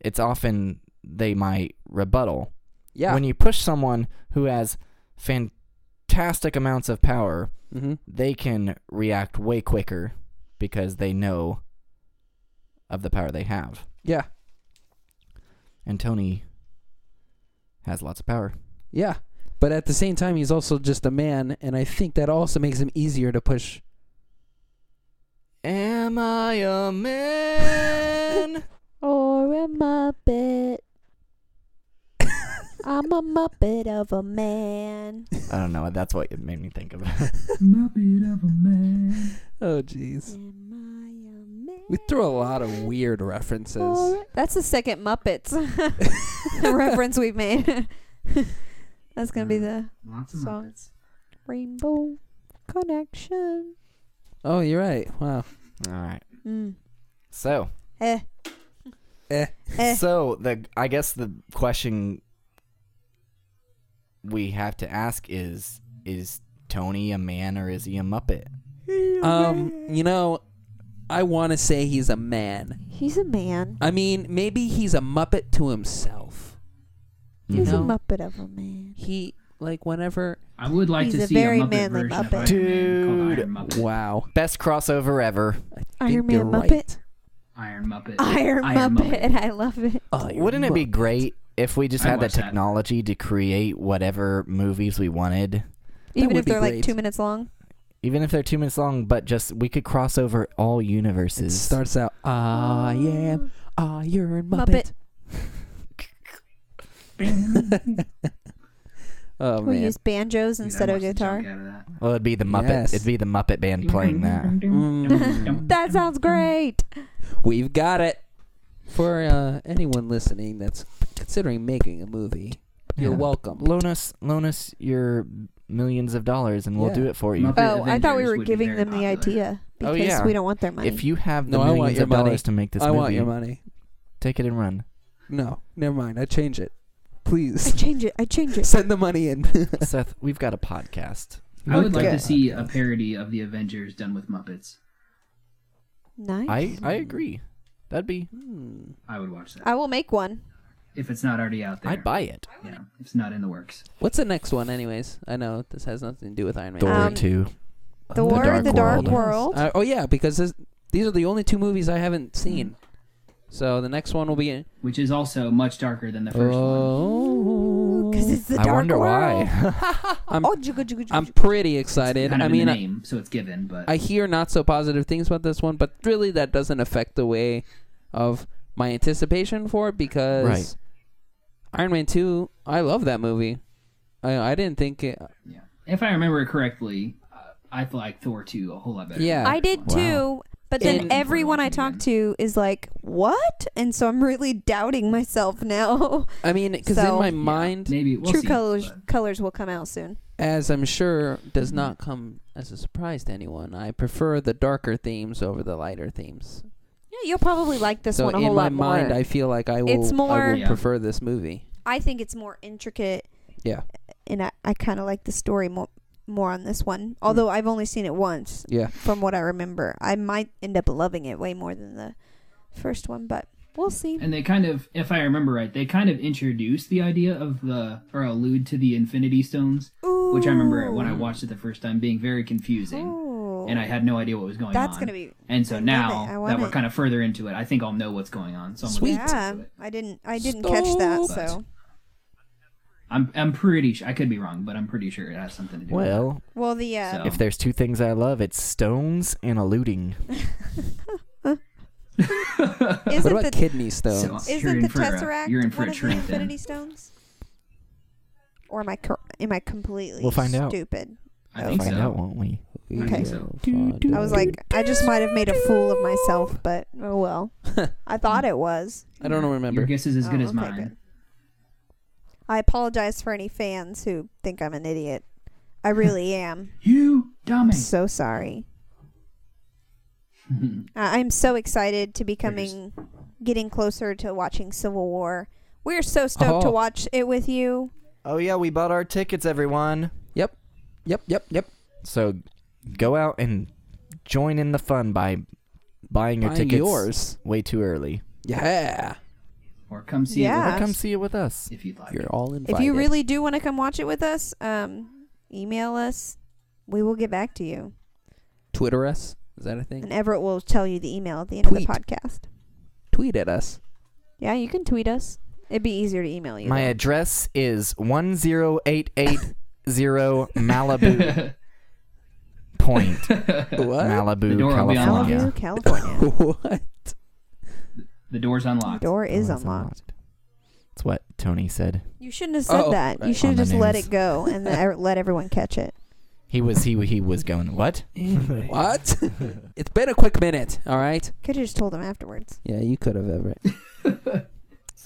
S1: It's often they might rebuttal.
S2: Yeah.
S1: When you push someone who has fantastic amounts of power,
S2: mm-hmm.
S1: they can react way quicker because they know of the power they have.
S2: Yeah.
S1: And Tony has lots of power.
S2: Yeah. But at the same time, he's also just a man, and I think that also makes him easier to push.
S1: Am I a man?
S6: Or a Muppet. I'm a Muppet of a man.
S1: I don't know. That's what it made me think of.
S5: Muppet of a man.
S2: Oh, jeez.
S6: Am I a man?
S2: We throw a lot of weird references.
S6: Or-
S4: That's the second Muppets reference we've made. That's gonna
S2: Mm.
S4: be the
S5: Lots of
S4: Song.
S5: Muppets.
S4: Rainbow Connection.
S2: Oh, you're right. Wow.
S1: All right.
S4: Mm.
S1: So,
S4: Eh.
S2: Eh.
S4: Eh.
S1: so the I guess the question we have to ask is is Tony a man or is he a muppet?
S2: Um, you know, I want to say he's a man.
S4: He's a man.
S2: I mean, maybe he's a muppet to himself.
S4: He's
S2: No.
S4: a Muppet of a man.
S2: He like whenever.
S5: I would like
S4: He's
S5: to
S4: a
S5: see
S4: very
S5: a Muppet
S4: manly
S5: version of
S4: Muppet.
S5: Iron Man
S1: Dude.
S5: called Iron Muppet.
S2: Wow.
S1: Best crossover ever.
S2: I
S4: Iron
S2: think
S4: Man
S2: you're
S4: Muppet.
S2: right.
S5: Iron Muppet.
S4: Iron,
S5: Iron
S4: Muppet. I love it.
S2: Oh, you're
S1: Wouldn't it be
S2: Muppet.
S1: great if we just
S5: I'd
S1: had the
S5: watch that.
S1: technology to create whatever movies we wanted?
S4: Even
S2: would
S4: if
S2: be
S4: they're like
S2: great.
S4: two minutes long.
S1: Even if they're two minutes long, but just we could cross over all
S2: It
S1: universes.
S2: starts out. I am Iron
S4: Muppet.
S2: Muppet. oh
S4: we
S2: man.
S4: use banjos
S5: Dude, I'd
S4: instead of
S5: watch the
S4: guitar.
S5: junk out of that.
S1: well, it'd be the Muppet.
S2: Yes. Mm-hmm.
S1: It'd be the Muppet band playing that.
S2: Mm.
S4: That sounds great.
S2: We've got it. For uh, anyone listening that's considering making a movie, you're
S1: Yeah.
S2: welcome.
S1: Loan us, loan us your millions of dollars, and we'll
S2: Yeah.
S1: do it for you.
S5: Muppet
S4: Oh, I thought we
S5: Avengers
S4: were
S5: would be
S4: giving
S5: very
S4: them the
S5: popular.
S4: idea
S1: Oh,
S4: because
S1: yeah.
S4: we don't want their money.
S1: If you have the
S2: No, I want
S1: millions
S2: your
S1: of
S2: money.
S1: dollars to make this
S2: I
S1: movie,
S2: want your money.
S1: take it and run.
S2: No, never mind. I change it.
S4: I
S2: Please
S4: change it. I change it.
S2: send the money in.
S1: Seth, we've got a podcast.
S5: I would like
S2: Okay.
S5: to see a parody of the Avengers done with Muppets.
S4: Nice.
S1: I I agree. That'd be.
S2: Hmm.
S5: I would watch that
S4: I will make one.
S5: if it's not already out there.
S1: I'd buy it.
S5: Yeah, if it's not in the works.
S2: What's the next one, anyways? I know this has nothing to do with Iron Man.
S1: Thor
S4: Um,
S1: two.
S2: Oh,
S4: Thor, The
S1: Dark The Dark World.
S4: World. Mm.
S2: Uh, oh yeah, because this, these are the only two movies I haven't seen. So the next one will be.
S5: Which is also much darker than the first one.
S2: Oh,
S4: Because it's the
S1: I
S4: dark
S1: wonder
S4: world.
S1: why.
S2: I'm,
S4: Oh, jigga, jigga, jigga,
S2: I'm
S4: jigga.
S2: pretty excited.
S5: Kind of
S2: I
S5: in the
S1: uh,
S2: mean, I,
S5: name, so it's given, but
S2: I hear not so positive things about this one, but really that doesn't affect the way of my anticipation for it because
S1: Right.
S2: Iron Man Two. I love that movie. I I didn't think it.
S5: yeah. If I remember correctly, uh, I like Thor 2 a whole lot better. than
S2: Yeah.
S5: the
S4: I
S5: first
S4: did
S5: one.
S4: too, but then
S2: In-
S4: everyone I talk to is like, "What?" And so I'm really doubting myself now.
S2: I mean, because in
S4: So-
S2: my
S4: Yeah.
S5: Yeah,
S2: mind,
S5: maybe we'll
S4: True
S5: see,
S4: colors
S5: but
S4: colors will come out soon.
S2: as I'm sure does not come as a surprise to anyone, I prefer the darker themes over the lighter themes.
S4: Yeah, you'll probably like this
S2: so
S4: one a
S2: in
S4: whole
S2: my
S4: lot
S2: mind,
S4: more.
S2: I feel like I will,
S4: It's
S2: I
S4: more-
S2: will
S5: Yeah.
S2: prefer this movie.
S4: I think it's more intricate,
S2: Yeah,
S4: and I, I kind of like the story more more on this one. Although I've only seen it once,
S2: Mm. yeah.
S4: from what I remember, I might end up loving it way more than the first one, but we'll see.
S5: And they kind of, if I remember right, they kind of introduced the idea of the or allude to the Infinity Stones, which I remember when I watched it the first time being very confusing,
S4: Ooh.
S5: and I had no idea what was going on.
S4: That's gonna be
S5: And so
S4: I love
S5: now
S4: it. I want
S5: that we're
S4: it.
S5: kind of further into it, I think I'll know what's going on. So I'm
S2: Sweet.
S5: looking forward
S4: Yeah,
S5: to it.
S4: I didn't. I didn't catch that.
S5: Stop.
S4: So,
S5: I'm I'm pretty sure I could be wrong, but I'm pretty sure it has something to do. with
S1: Well,
S4: well, the
S5: it.
S4: uh,
S5: So,
S1: if there's two things I love, it's stones and eluding.
S4: isn't
S2: what about
S4: the
S2: kidney stones?
S5: so you're
S4: isn't
S5: in
S4: the
S5: for a-
S4: tesseract
S5: you're in for
S4: one
S5: a
S4: of the
S5: treat then.
S4: Infinity Stones? Or am I cor- am I completely
S1: We'll find out.
S4: stupid?
S5: I think
S1: Find
S5: so.
S1: out, won't we?
S2: We
S4: Okay.
S2: will
S1: Do,
S2: find
S1: do,
S4: I was
S2: out.
S4: like, I just might have made a fool of myself, but oh well. I thought it was.
S2: I don't
S5: Your
S2: remember.
S5: guess is as good
S4: Oh,
S5: as
S4: okay,
S5: mine.
S4: good. I apologize for any fans who think I'm an idiot. I really am.
S5: You
S4: I'm
S5: dummy.
S4: so sorry. I- I'm so excited to be coming, getting closer to watching Civil War. We're so stoked to
S2: Oh.
S4: watch it with you.
S1: Oh yeah, we bought our tickets, everyone.
S2: Yep, yep, yep, yep.
S1: So go out and join in the fun by buying your
S2: Buy
S1: tickets
S2: yours.
S1: way too early.
S2: Yeah,
S5: or come see
S4: Yeah.
S5: it
S1: Or
S5: with
S1: come
S5: us
S1: see it with us.
S5: if you'd like.
S2: you're all invited.
S4: If you really do want to come watch it with us, um, email us. We will get back to you.
S2: Twitter us, Is that a thing?
S4: And Everett will tell you the email at the end
S2: Tweet.
S4: of the podcast.
S2: Tweet at us.
S4: Yeah, you can tweet us. It'd be easier to email you.
S1: My
S4: though.
S1: address is 10880 Malibu Point,
S2: What?
S1: Malibu,
S5: The door will be
S1: California.
S4: Malibu,
S5: unlocked.
S4: California.
S2: what?
S5: the door's
S4: the
S5: unlocked.
S4: door is
S1: Oh, it's
S4: unlocked.
S1: That's what Tony said.
S4: You shouldn't have said
S2: Oh,
S4: that. You
S2: right.
S4: should
S1: On
S4: have
S1: the
S4: just let
S1: news.
S4: it go and then let everyone catch it.
S1: He was he he was going what?
S2: What? it's been a quick minute, all right?
S4: Could have just told them afterwards.
S2: Yeah, you could have, Everett.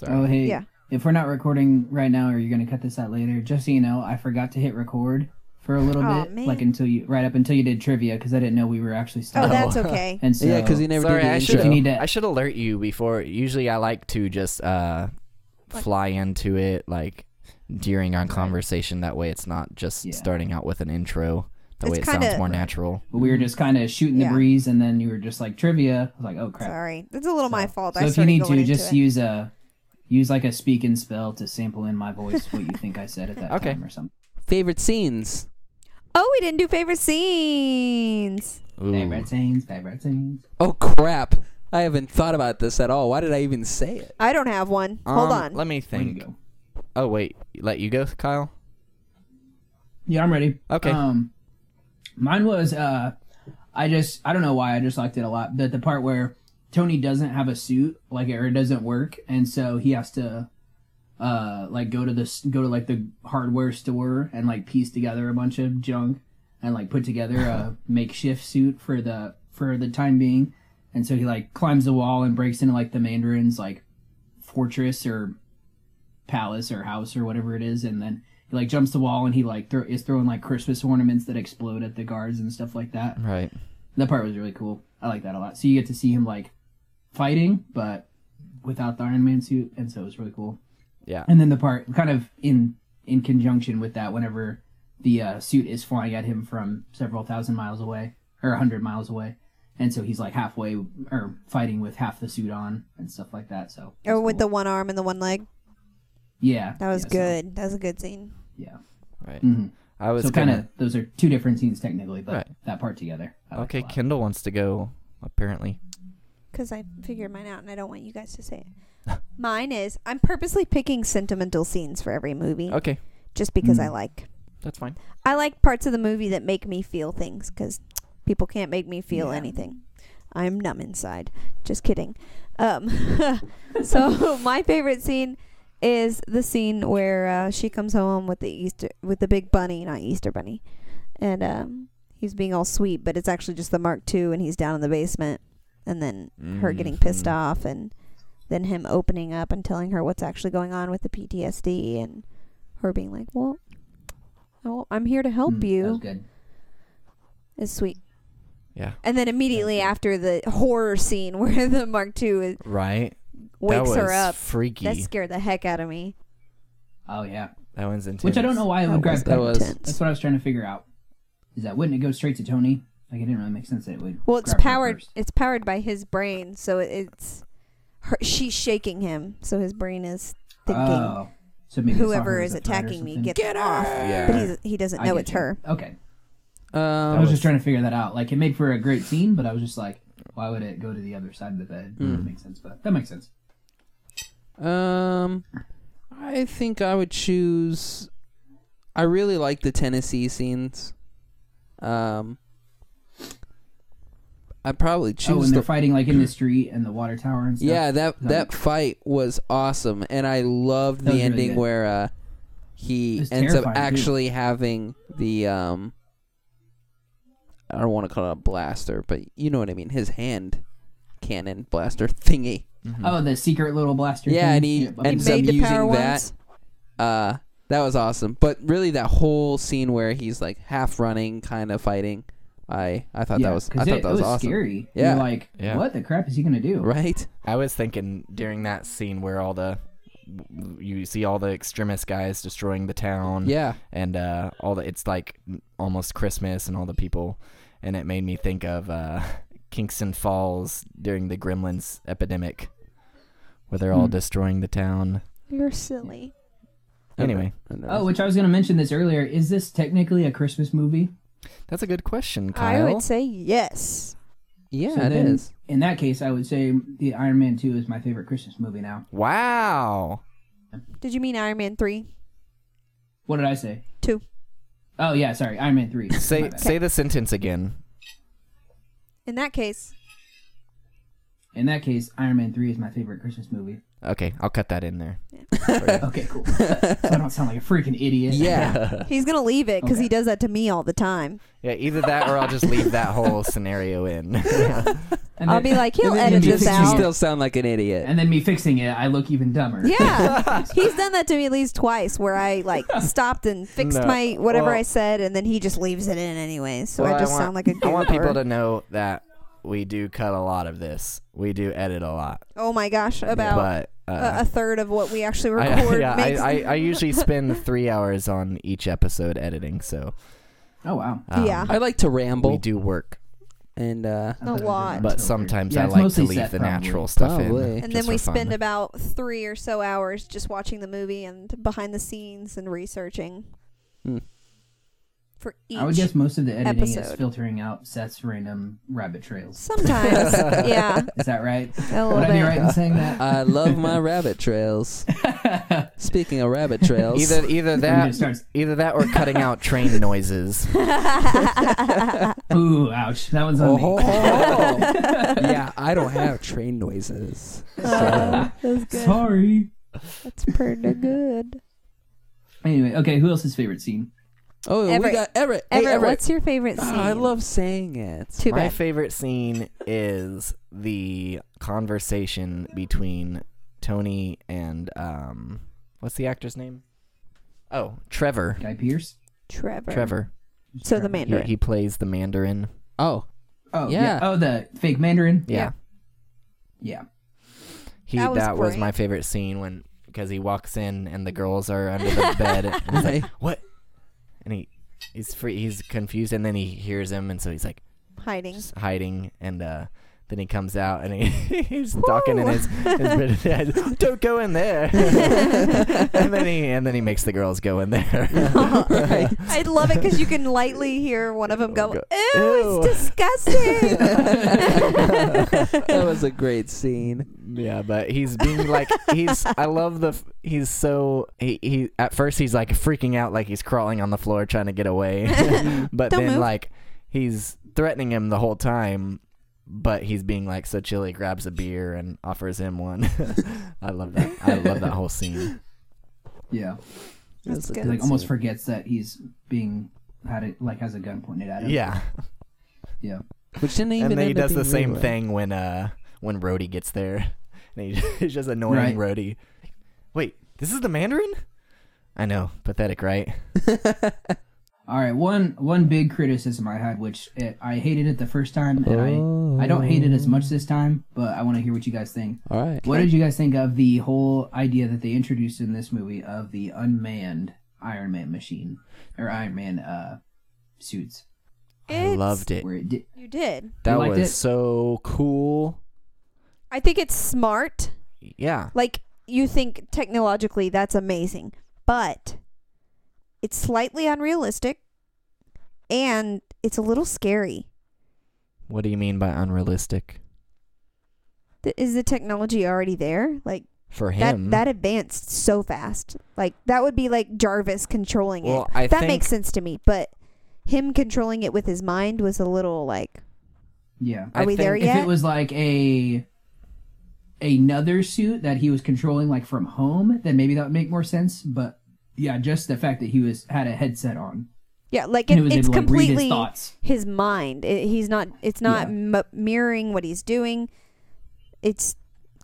S5: Oh hey,
S4: Yeah.
S5: if we're not recording right now, or you're gonna cut this out later, just so you know, I forgot to hit record for a little
S4: Aw,
S5: bit,
S4: man.
S5: like until you right up until you did trivia, because I didn't know we were actually
S4: Oh,
S5: starting.
S4: that's okay.
S5: and so
S2: yeah, because he never
S1: Sorry,
S2: did the
S1: I
S2: intro.
S1: should
S5: You need to-
S1: I should alert you before. Usually, I like to just uh, fly into it like during our conversation. That way, it's not just
S5: Yeah.
S1: starting out with an intro. That
S4: It's
S1: way, it
S4: kinda-
S1: sounds more natural.
S5: we were just kind of shooting
S4: Yeah.
S5: the breeze, and then you were just like trivia. I was like, oh crap.
S4: Sorry, that's a little my fault.
S5: So
S4: I
S5: if you
S4: started
S5: need
S4: going
S5: to,
S4: into
S5: just
S4: it.
S5: use a use like a speak and spell to sample in my voice what you think I said at that
S1: Okay.
S5: time or something.
S2: Favorite scenes?
S4: oh, we didn't do favorite scenes.
S1: Ooh.
S5: Favorite scenes, favorite scenes.
S2: Oh, crap. I haven't thought about this at all. Why did I even say it?
S4: I don't have one. Hold
S1: Um,
S4: on.
S1: Let me
S5: Way to
S1: think.
S5: go.
S1: Oh wait, let you go, Kyle.
S5: Yeah, I'm ready.
S1: Okay.
S5: Um, mine was uh, I just I don't know why I just liked it a lot, but the part where Tony doesn't have a suit, like or it doesn't work, and so he has to uh like go to this go to like the hardware store and like piece together a bunch of junk and like put together a makeshift suit for the for the time being and so he like climbs the wall and breaks into like the mandarin's like fortress or palace or house or whatever it is and then he like jumps the wall and he like throw is throwing like christmas ornaments that explode at the guards and stuff like that
S1: Right.
S5: that part was really cool i like that a lot so you get to see him like fighting but without the iron man suit and so it was really cool
S1: Yeah.
S5: and then the part kind of in in conjunction with that whenever the uh, suit is flying at him from several thousand miles away or a hundred miles away and so he's like halfway or fighting with half the suit on and stuff like that so it
S4: or Oh,
S5: was
S4: with
S5: cool.
S4: the one arm and the one leg.
S5: yeah
S4: That was
S5: yeah, so-
S4: good. That was a good scene.
S5: yeah
S1: Right.
S5: Mhm.
S1: I was
S5: so kind
S1: gonna.
S5: of those are two different scenes technically but
S1: Right.
S5: that part together I liked
S1: okay,
S5: a lot.
S1: Kendall wants to go. Apparently.
S4: Because I figured mine out and I don't want you guys to say it. mine is I'm purposely picking sentimental scenes for every movie
S1: Okay,
S4: just because I
S5: Mm.
S4: like.
S1: that's fine.
S4: I like parts of the movie that make me feel things because people can't make me feel
S5: Yeah.
S4: anything. I'm numb inside. Just kidding. Um, so my favorite scene is the scene where uh, she comes home with the Easter with the big bunny, not Easter bunny, and um, he's being all sweet, but it's actually just the Mark II, and he's down in the basement, and then her getting pissed
S1: Mhm.
S4: off, and then him opening up and telling her what's actually going on with the PTSD, and her being like, "Well, oh, I'm here to help
S5: Mm, that was
S4: you."
S5: good
S4: Is sweet.
S1: Yeah.
S4: And then immediately after the horror scene where the Mark II is,
S1: Right. that
S4: wakes
S1: was
S4: her up,
S1: Freaky.
S4: that scared the heck out of me.
S5: oh yeah
S1: That one's intense.
S5: which i don't know why it
S4: That
S5: would grab
S4: was-
S2: that was-
S4: intense.
S5: That's what I was trying to figure out. Is that wouldn't it go straight to Tony? Like it didn't really make sense that it would.
S4: Well, it's
S5: grab her
S4: powered.
S5: first.
S4: It's powered by his brain, so it- it's her, she's shaking him, so his brain is thinking,
S5: Oh, so maybe it saw her
S4: "Whoever
S5: as
S4: is
S5: a threat or
S4: attacking me,
S5: something.
S4: get, off!"
S1: Yeah.
S4: But he's, he doesn't
S5: I
S4: know
S5: get
S4: it's
S5: you.
S4: her.
S5: Okay, I
S2: Um,
S5: was just trying to figure that out. Like it made for a great scene, but I was just like, why would it go to the other side of the bed? That
S2: Hmm.
S5: Doesn't make sense, but that makes sense.
S2: Um, I think I would choose. I really like the Tennessee scenes. Um, I'd probably
S5: oh,
S2: choose
S5: and they're
S2: the.
S5: fighting like in the street and the water tower and stuff.
S2: yeah, that
S5: No.
S2: that fight was awesome, and I loved
S5: That
S2: the
S5: was really
S2: ending
S5: good.
S2: where uh, he
S5: It was
S2: ends up
S5: terrifying, too.
S2: actually having the um. I don't want to call it a blaster, but you know what I mean. His hand cannon blaster thingy.
S1: Mm-hmm.
S5: Oh, the secret little blaster.
S2: Yeah,
S5: thing.
S2: and he
S5: Yeah, okay.
S2: ends
S4: Made
S2: up
S4: to
S2: using
S4: power
S2: that.
S4: once.
S2: Uh, that was awesome. But really, that whole scene where he's like half running, kind of fighting, I I thought
S5: Yeah,
S2: that was I
S5: 'cause
S2: thought
S5: it,
S2: that
S5: it
S2: was, awesome.
S5: scary.
S2: Yeah.
S5: You're like,
S1: Yeah.
S5: what the crap is he gonna do?
S2: Right?
S1: I was thinking during that scene where all the you see all the extremist guys destroying the town.
S2: Yeah.
S1: And uh, all the it's like almost Christmas and all the people, and it made me think of uh, Kingston Falls during the Gremlins epidemic, where they're all
S5: Hmm.
S1: destroying the town.
S4: You're silly.
S1: Anyway,
S2: And that
S5: Oh,
S2: was-
S5: which I was gonna mention this earlier. Is this technically a Christmas movie?
S1: that's a good question,
S4: I
S1: Kyle.
S4: would say yes.
S2: Yeah,
S5: So
S2: it
S5: then,
S2: is.
S5: In that case, I would say the Iron Man Two is my favorite Christmas movie now.
S1: Wow.
S4: Did you mean Iron Man 3?
S5: What did I say?
S4: 2.
S5: Oh yeah, sorry, Iron Man Three.
S1: Say
S5: My bad.
S1: say the sentence again.
S4: In that case,
S5: In that case, Iron Man Three is my favorite Christmas movie.
S1: Okay, I'll cut that in there.
S5: Okay, cool. so I don't sound like a freaking idiot.
S2: Yeah.
S4: he's going to leave it because
S5: Okay.
S4: he does that to me all the time.
S1: Yeah, either that or I'll just leave that whole scenario in.
S5: And
S4: I'll
S5: then-
S4: be like, he'll
S5: and then
S4: edit
S5: me
S4: this
S5: fixing
S2: you
S4: out.
S5: it-
S2: still sound like an idiot.
S5: And then me fixing it, I look even dumber.
S4: Yeah. he's done that to me at least twice where I like stopped and fixed
S1: No.
S4: my whatever
S1: Well-
S4: I said and then he just leaves it in anyway. So
S1: Well,
S4: I just
S1: want-
S4: sound like a
S1: I want
S4: goober.
S1: people to know that we do cut a lot of this. We do edit a lot.
S4: Oh my gosh, about
S1: but
S4: a,
S1: uh,
S4: a third of what we actually
S1: I-
S4: record
S1: yeah,
S4: makes
S1: I, I, I usually spend three hours on each episode editing, so
S5: Oh wow.
S1: um,
S4: Yeah.
S2: I like to
S1: we
S2: ramble
S1: do work.
S2: and uh
S5: I thought it was
S4: lot.
S5: different.
S1: But
S5: It's over.
S1: sometimes
S5: Yeah,
S1: I
S5: it's
S1: like to
S5: mostly
S1: leave
S5: set,
S1: the
S5: probably.
S1: natural stuff
S2: Probably.
S1: in.
S4: and
S1: just
S4: then we
S1: for fun.
S4: spend about three or so hours just watching the movie and behind the scenes and researching
S2: Hmm.
S4: for each.
S5: I would guess most of the editing is
S4: episode.
S5: filtering out Seth's random rabbit trails.
S4: Sometimes, yeah,
S5: Is that right?
S4: a little
S5: Would I be
S4: bit.
S5: right in saying that?
S2: I love my rabbit trails. Speaking of rabbit trails,
S1: Either either
S5: Everybody
S1: that
S5: starts,
S1: either that or cutting out train noises.
S5: Ooh, ouch! That one's on
S2: Oh,
S5: me.
S2: ho, ho, ho. yeah, I don't have train noises.
S4: Uh, that's good.
S5: Sorry.
S4: That's pretty good.
S5: Anyway, okay. Who else's favorite scene?
S2: Oh, we
S4: Everett.
S2: got Everett. Hey,
S4: Everett,
S2: Everett.
S4: what's your favorite scene?
S2: Oh, I love saying it.
S4: Too
S1: My
S4: bad.
S1: favorite scene is the conversation between Tony and um, what's the actor's name? Oh, Trevor.
S5: Guy Pierce.
S4: Trevor.
S1: Trevor.
S4: So the
S1: He,
S4: Mandarin.
S1: he plays the Mandarin.
S2: Oh,
S5: Oh
S2: Yeah.
S5: yeah. Oh, the fake Mandarin.
S1: Yeah,
S5: Yeah.
S1: he.
S4: That
S1: That
S4: was
S1: was,
S4: great.
S1: my favorite scene when because he walks in and the girls are under the bed. And he's like, "What?" And he he's free. He's confused, and then he hears him, and so he's like
S4: Hiding.
S1: just hiding and. uh then he comes out and he, he's talking in his, his British accent, Don't go in there. and then he and then he makes the girls go in there.
S2: right.
S4: I love it because you can lightly hear one of them go, "Ew,
S1: Ew."
S4: it's disgusting."
S2: that was a great scene.
S1: Yeah, but he's being like he's. I love the. f- He's so he he. At first, he's like freaking out, like he's crawling on the floor trying to get away. but
S4: Don't
S1: then,
S4: move.
S1: like he's threatening him the whole time. But he's being like so chilly, grabs a beer and offers him one. I love that. I love that whole scene.
S5: Yeah.
S2: That
S4: That's
S2: was a
S4: good.
S5: He, like
S2: scene.
S5: almost forgets that he's being had it like has a gun pointed at him.
S1: Yeah,
S5: Yeah.
S2: Which didn't even.
S1: and then he
S2: end up
S1: does the
S2: being
S1: same
S2: real.
S1: thing when uh when Rhodey gets there, and he, he's just annoying
S5: Right.
S1: Rhodey. Wait, this is the Mandarin? I know, pathetic, right?
S5: All right. One one big criticism I had, which it, I hated it the first time, and I I don't hate it as much this time, but I want to hear what you guys think.
S2: All right.
S5: What did you guys think of the whole idea that they introduced in this movie of the unmanned Iron Man machine or Iron Man uh suits?
S1: I
S4: It's-
S1: loved it.
S5: Where it did,
S4: You did.
S1: That
S5: liked
S1: was
S5: it?
S1: so cool.
S4: I think it's smart.
S1: Yeah.
S4: Like you think technologically that's amazing, but it's slightly unrealistic and it's a little scary.
S1: What do you mean by unrealistic?
S4: Th- Is the technology already there? Like
S1: For
S4: that
S1: him.
S4: that advanced so fast. Like that would be like Jarvis controlling
S1: well,
S4: it.
S1: I
S4: that
S1: think
S4: makes sense to me, but him controlling it with his mind was a little like
S5: yeah.
S4: are
S1: I
S4: we there
S1: think
S5: If
S4: yet?
S5: it was like a another suit that he was controlling like from home, then maybe that would make more sense. But yeah, just the fact that he was had a headset on
S4: yeah, like
S5: and
S4: it,
S5: he was
S4: it's
S5: able to read his
S4: completely
S5: thoughts.
S4: his mind. It, he's not. It's not m- mirroring what he's doing. It's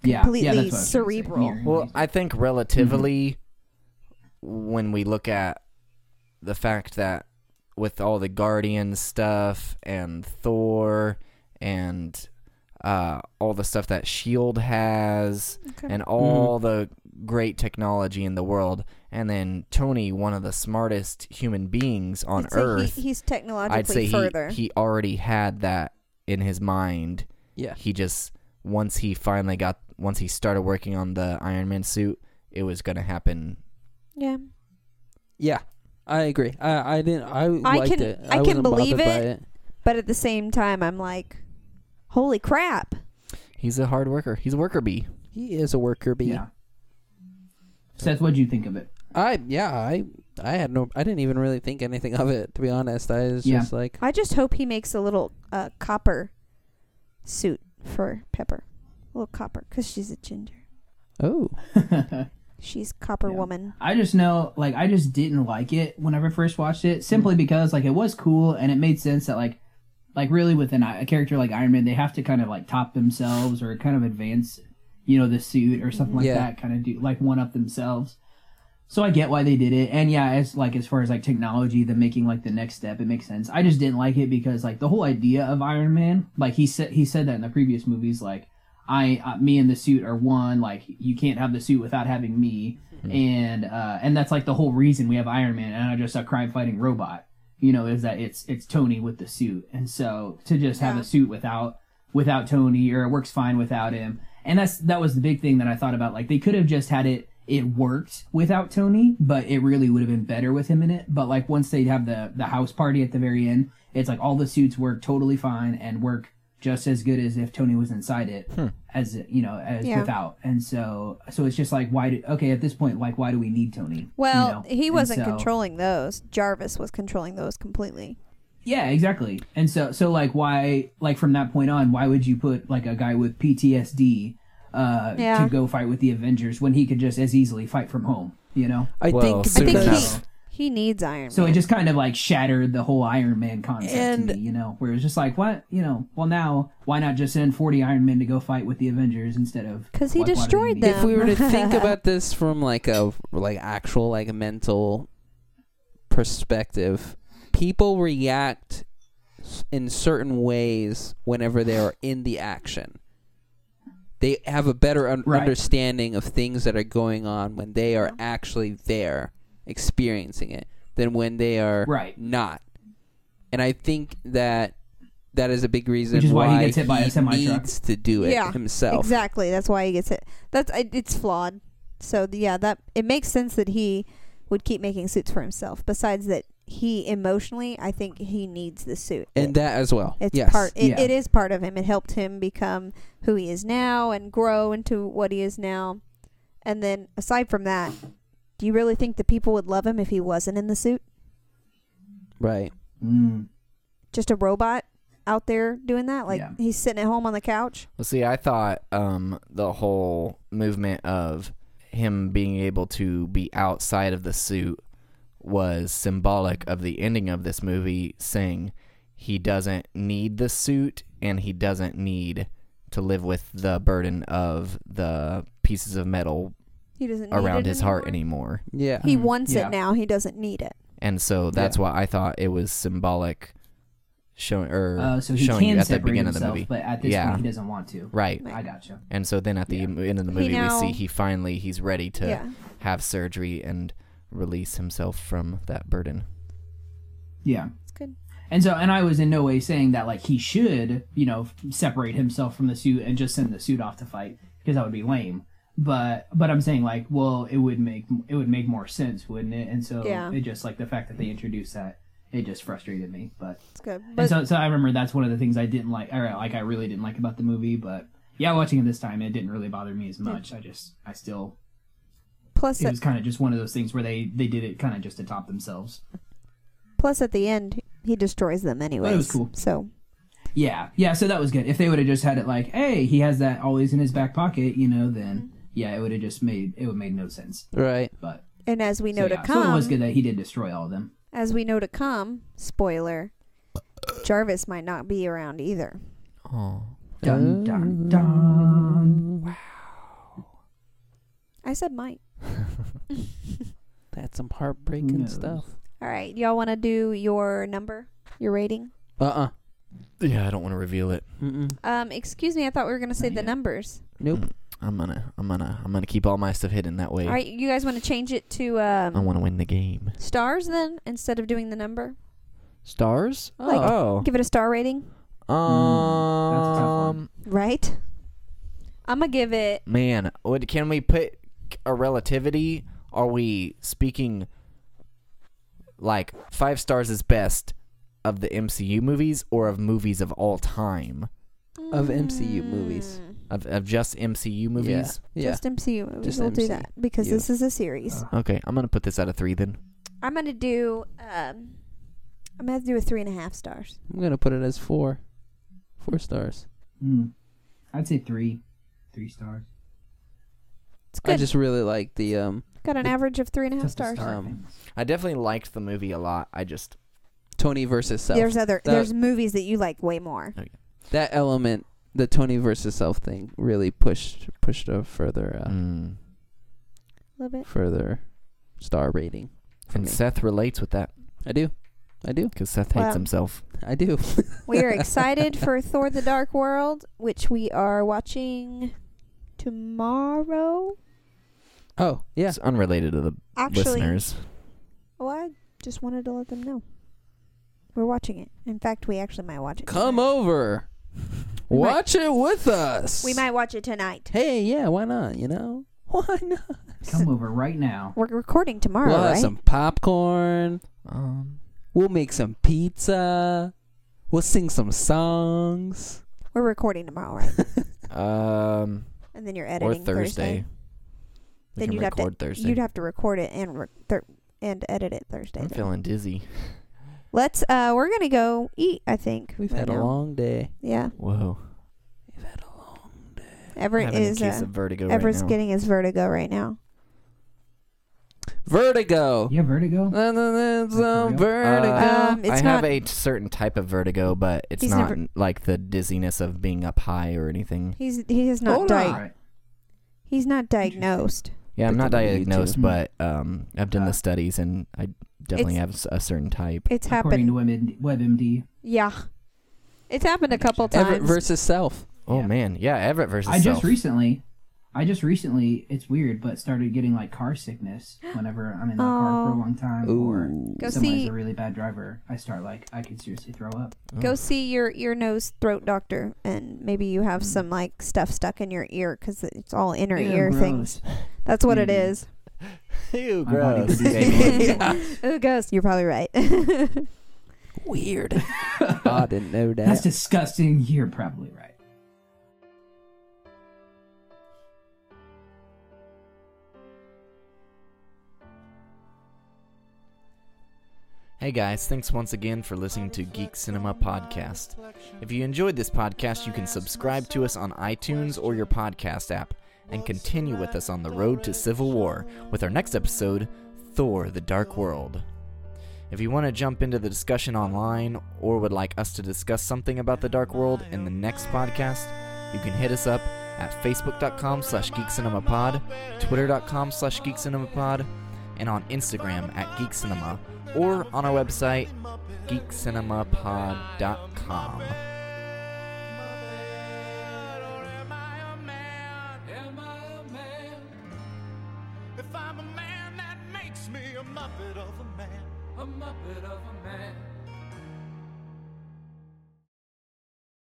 S5: Yeah,
S4: completely
S5: yeah, that's what I was trying to say.
S4: cerebral.
S5: Mirroring what
S1: Well,
S5: he's-
S1: I think relatively when we look at the fact that with all the Guardian stuff and Thor and uh, all the stuff that Shield E has
S4: Okay.
S1: and all the great technology in the world, and then Tony, one of the smartest human beings on
S4: I'd say he-
S1: Earth,
S4: he's technologically
S1: I'd say
S4: further.
S1: he he already had that in his mind.
S2: Yeah.
S1: He just once he finally got once he started working on the Iron Man suit, it was gonna happen.
S4: yeah,
S2: Yeah. I agree. I, I didn't. I,
S4: I
S2: liked
S4: can-
S2: it.
S4: I can
S2: wasn't
S4: believe
S2: bothered by
S4: it. but at the same time, I'm like, Holy crap.
S1: He's a hard worker. He's a worker bee.
S2: He is a worker bee.
S5: Yeah. Seth, what'd you think of it?
S2: I yeah I I had no I didn't even really think anything of it to be honest. I was
S5: Yeah.
S2: just like
S4: I just hope he makes a little uh, copper suit for Pepper. A little copper, because she's a ginger.
S2: oh
S4: She's copper
S5: Yeah.
S4: woman.
S5: I just know, like, I just didn't like it whenever I first watched it, simply because, like, it was cool and it made sense that, like, like really with an, a character like Iron Man, they have to kind of like top themselves or kind of advance, you know, the suit or something like
S2: Yeah.
S5: that. Kind of do like one up themselves. So I get why they did it, and yeah, as like as far as like technology, the making like the next step, it makes sense. I just didn't like it because like the whole idea of Iron Man, like he said, he said that in the previous movies, like I, uh, me and the suit are one. Like you can't have the suit without having me, and uh, and that's like the whole reason we have Iron Man and not just a crime fighting robot. You know, is that it's it's Tony with the suit, and so to just have a suit without without Tony or it works fine without him. And that's that was the big thing that I thought about. Like they could have just had it it worked without Tony, but it really would have been better with him in it. But like once they have the the house party at the very end, it's like all the suits work totally fine and work just as good as if Tony was inside it as you know as
S4: Yeah.
S5: without. And so so it's just like why do okay at this point like why do we need Tony?
S4: Well,
S5: You know?
S4: he
S5: And
S4: wasn't
S5: so-
S4: controlling those. Jarvis was controlling those completely.
S5: Yeah, exactly. And so so like why like from that point on, why would you put like a guy with PTSD uh
S4: Yeah.
S5: to go fight with the Avengers when he could just as easily fight from home, you know?
S2: I
S1: Well,
S2: think
S1: soon
S4: I think
S2: because-
S4: he, he needs Iron
S5: So
S4: Man.
S5: it just kind of like shattered the whole Iron Man concept
S2: And-
S5: to me, you know, where it's just like, what, you know, well now why not just send forty Iron Men to go fight with the Avengers instead of
S4: 'Cause he
S5: like, why do they
S4: destroyed
S5: need-
S4: them.
S2: if we were to think about this from like a like actual like mental perspective, people react s- in certain ways whenever they are in the action. They have a better un-
S5: Right.
S2: understanding of things that are going on when they are actually there experiencing it than when they are
S5: Right.
S2: not. And I think that that is a big reason
S5: Which is why
S2: why,
S5: he gets hit by a
S2: he
S5: semi-truck.
S2: needs to do it
S4: Yeah,
S2: himself.
S4: Exactly. That's why he gets it. That's I- it's flawed. So th- yeah, that it makes sense that he would keep making suits for himself. Besides that, he emotionally, I think he needs the suit.
S2: and
S4: It-
S2: that as well.
S4: it's
S2: yes.
S4: part. It,
S5: Yeah.
S4: it is part of him. It helped him become who he is now and grow into what he is now. And then aside from that, do you really think the people would love him if he wasn't in the suit?
S2: right.
S5: Mm.
S4: Just a robot out there doing that? Like
S5: Yeah.
S4: he's sitting at home on the couch.
S7: Well, see, I thought um, the whole movement of him being able to be outside of the suit was symbolic of the ending of this movie, saying he doesn't need the suit and he doesn't need to live with the burden of the pieces of metal
S4: He doesn't need
S7: around
S4: it
S7: his
S4: anymore.
S7: heart anymore.
S2: Yeah.
S4: He wants
S5: Yeah.
S4: it now. He doesn't need it.
S7: And so that's
S2: Yeah.
S7: why I thought it was symbolic showing or
S5: Uh, so he
S7: showing you
S5: can
S7: at the
S5: separate
S7: beginning of the
S5: himself,
S7: movie.
S5: but at this
S7: Yeah.
S5: point he doesn't want to.
S7: Right.
S4: Right.
S5: I gotcha.
S7: And so then at the
S5: Yeah.
S7: m end of the
S4: He
S7: movie,
S4: now-
S7: we see he finally he's ready to
S4: yeah.
S7: have surgery and release himself from that burden.
S5: Yeah.
S4: It's good.
S5: And so, and I was in no way saying that like he should, you know, separate himself from the suit and just send the suit off to fight because that would be lame. But but I'm saying like, well, it would make it would make more sense, wouldn't it? And so
S4: Yeah.
S5: it just like the fact that they introduced that, it just frustrated me. But,
S4: It's good. But
S5: and so so I remember that's one of the things I didn't like, or like I really didn't like about the movie. But yeah, watching it this time, it didn't really bother me as much. I just I still
S4: plus,
S5: it
S4: at,
S5: was kind of just one of those things where they they did it kind of just to top themselves.
S4: plus at the end, he destroys them anyways.
S5: Oh, cool.
S4: So
S5: Yeah, yeah. So that was good. If they would have just had it like, hey, he has that always in his back pocket, you know, then
S4: Mm-hmm.
S5: yeah, it would have just made it would made no sense.
S2: Right.
S5: But
S4: and as we know
S5: so,
S4: to
S5: yeah. So it
S4: come,
S5: was good that he did destroy all of them.
S4: as we know to come, spoiler, Jarvis might not be around either.
S7: Oh,
S2: Uh,
S5: Dun dun dun.
S4: I said might.
S2: That's some heartbreaking
S5: knows?
S2: stuff.
S4: All right, y'all want to do your number, your rating?
S2: Uh uh
S7: yeah. I don't want to reveal it.
S2: Mm-mm.
S4: Um, excuse me, I thought we were gonna say
S5: Not
S4: the
S5: yet.
S4: numbers.
S2: Nope.
S7: I'm gonna, I'm gonna, I'm gonna keep all my stuff hidden that way.
S4: All right, you guys want to change it to
S7: I
S4: um,
S7: want to win the game.
S4: stars then instead of doing the number?
S7: Stars?
S4: Like- uh,
S7: oh,
S4: Give it a star rating, Mm,
S5: that's a tough one.
S7: um,
S4: right? I'm gonna give it.
S7: man, what can we put a relativity? Are we speaking like five stars is best of the MCU movies or of movies of all time?
S2: of MCU movies.
S4: Mm.
S7: of, of just MCU
S2: Yeah.
S7: movies.
S2: Yeah.
S4: Just MCU movies.
S2: Just
S4: we'll do
S2: MCU.
S4: that because
S2: Yeah. Uh.
S4: this is a series.
S5: Uh,
S7: Okay, I'm gonna put this out of three then.
S4: I'm gonna do. Um, I'm gonna do a three and a half stars.
S2: I'm gonna put it as four, four stars.
S5: Hmm. I'd say three, three stars.
S4: It's good.
S2: I just really like the um
S4: Got an
S2: the-
S4: average of three and a half
S5: Just the
S4: stars.
S5: star
S2: Um,
S5: things.
S7: I definitely liked the movie a lot. I just
S2: Tony versus self.
S4: There's other.
S2: that-
S4: there's movies that you like way more.
S2: that element, the Tony versus self thing, really pushed pushed a further uh,
S7: mm.
S4: A little bit.
S2: further star rating. For
S7: and
S2: me.
S7: Seth relates with that
S2: I do, I do,
S7: because Seth hates
S4: Wow.
S7: himself.
S2: I do.
S4: We are excited for Thor: The Dark World, which we are watching tomorrow.
S2: Oh yeah,
S7: It's unrelated to the
S4: Actually,
S7: listeners.
S4: well, I just wanted to let them know we're watching it. In fact, we actually might watch it.
S2: come
S4: tonight.
S2: over,
S4: We might-
S2: watch it with us.
S4: We might watch it tonight.
S2: Hey, yeah, why not? You know, why not?
S5: Come over right now.
S4: We're recording tomorrow,
S2: we'll have
S4: right?
S2: some popcorn.
S7: Um,
S2: We'll make some pizza. We'll sing some songs.
S4: We're recording tomorrow, right?
S7: um,
S4: And then you're
S7: or
S4: editing
S7: Thursday. We
S4: Then
S7: can
S4: you'd have to-
S7: record Thursday.
S4: You'd have to record it and re- thir- and edit it Thursday.
S7: I'm
S4: then.
S7: feeling dizzy.
S4: Let's. Uh, we're gonna go eat. I think
S2: We've
S4: right
S2: had a
S4: now.
S2: long day.
S4: Yeah,
S7: Whoa.
S2: We've had a long.
S4: Everett
S7: I'm having
S4: is.
S7: a case
S4: Uh,
S7: of vertigo right
S4: Everett's
S7: now.
S4: getting his vertigo right now.
S2: Vertigo.
S5: Yeah, Vertigo.
S2: Na, na, na, some
S5: Vertigo?
S2: vertigo.
S7: Uh,
S4: Um,
S7: I
S4: it's
S7: have
S4: not-
S7: a certain type of vertigo, but it's
S4: He's
S7: not
S4: never-
S7: like the dizziness of being up high or anything.
S4: He's he is not
S2: Hola.
S4: di-
S5: Alright.
S4: he's not diagnosed.
S7: Yeah, I'm
S2: Look
S7: not
S2: at the YouTube.
S7: diagnosed,
S5: Mm.
S7: but um, I've done
S5: Uh,
S7: the studies and I definitely have s- a certain type.
S4: It's happened.
S5: According to WebMD, WebMD.
S4: yeah, it's happened a couple times.
S2: Everett versus self.
S7: Oh
S5: Yeah.
S7: man, yeah, Everett versus
S5: I just
S7: self.
S5: recently, I just recently, it's weird, but started getting like car sickness whenever I'm in the car for
S4: Oh.
S5: a long time or
S2: Ooh.
S4: Go
S5: somebody's
S4: see-
S5: a really bad driver. I start like I could seriously throw up.
S4: Go see your ear, nose, throat doctor, and maybe you have some like stuff stuck in your ear because it's all inner
S5: Ew,
S4: ear
S5: gross.
S4: things. That's what it
S5: Mm.
S4: is.
S7: Ew,
S5: My body
S7: gross.
S5: produces-
S4: Ooh, ghost. You're probably right.
S2: Weird. I didn't know that.
S5: That's disgusting. You're probably right.
S1: Hey guys, thanks once again for listening to Geek Cinema Podcast. If you enjoyed this podcast, you can subscribe to us on iTunes or your podcast app and continue with us on the road to Civil War with our next episode, Thor the Dark World. If you want to jump into the discussion online or would like us to discuss something about the Dark World in the next podcast, you can hit us up at facebook.com slash geekcinemapod, twitter.com slash geekcinemapod, and on Instagram at geekcinema, or on our website, geekcinemapod.com.
S8: Am I a man? If I'm a man, that makes me a muppet of a man. A muppet of a man.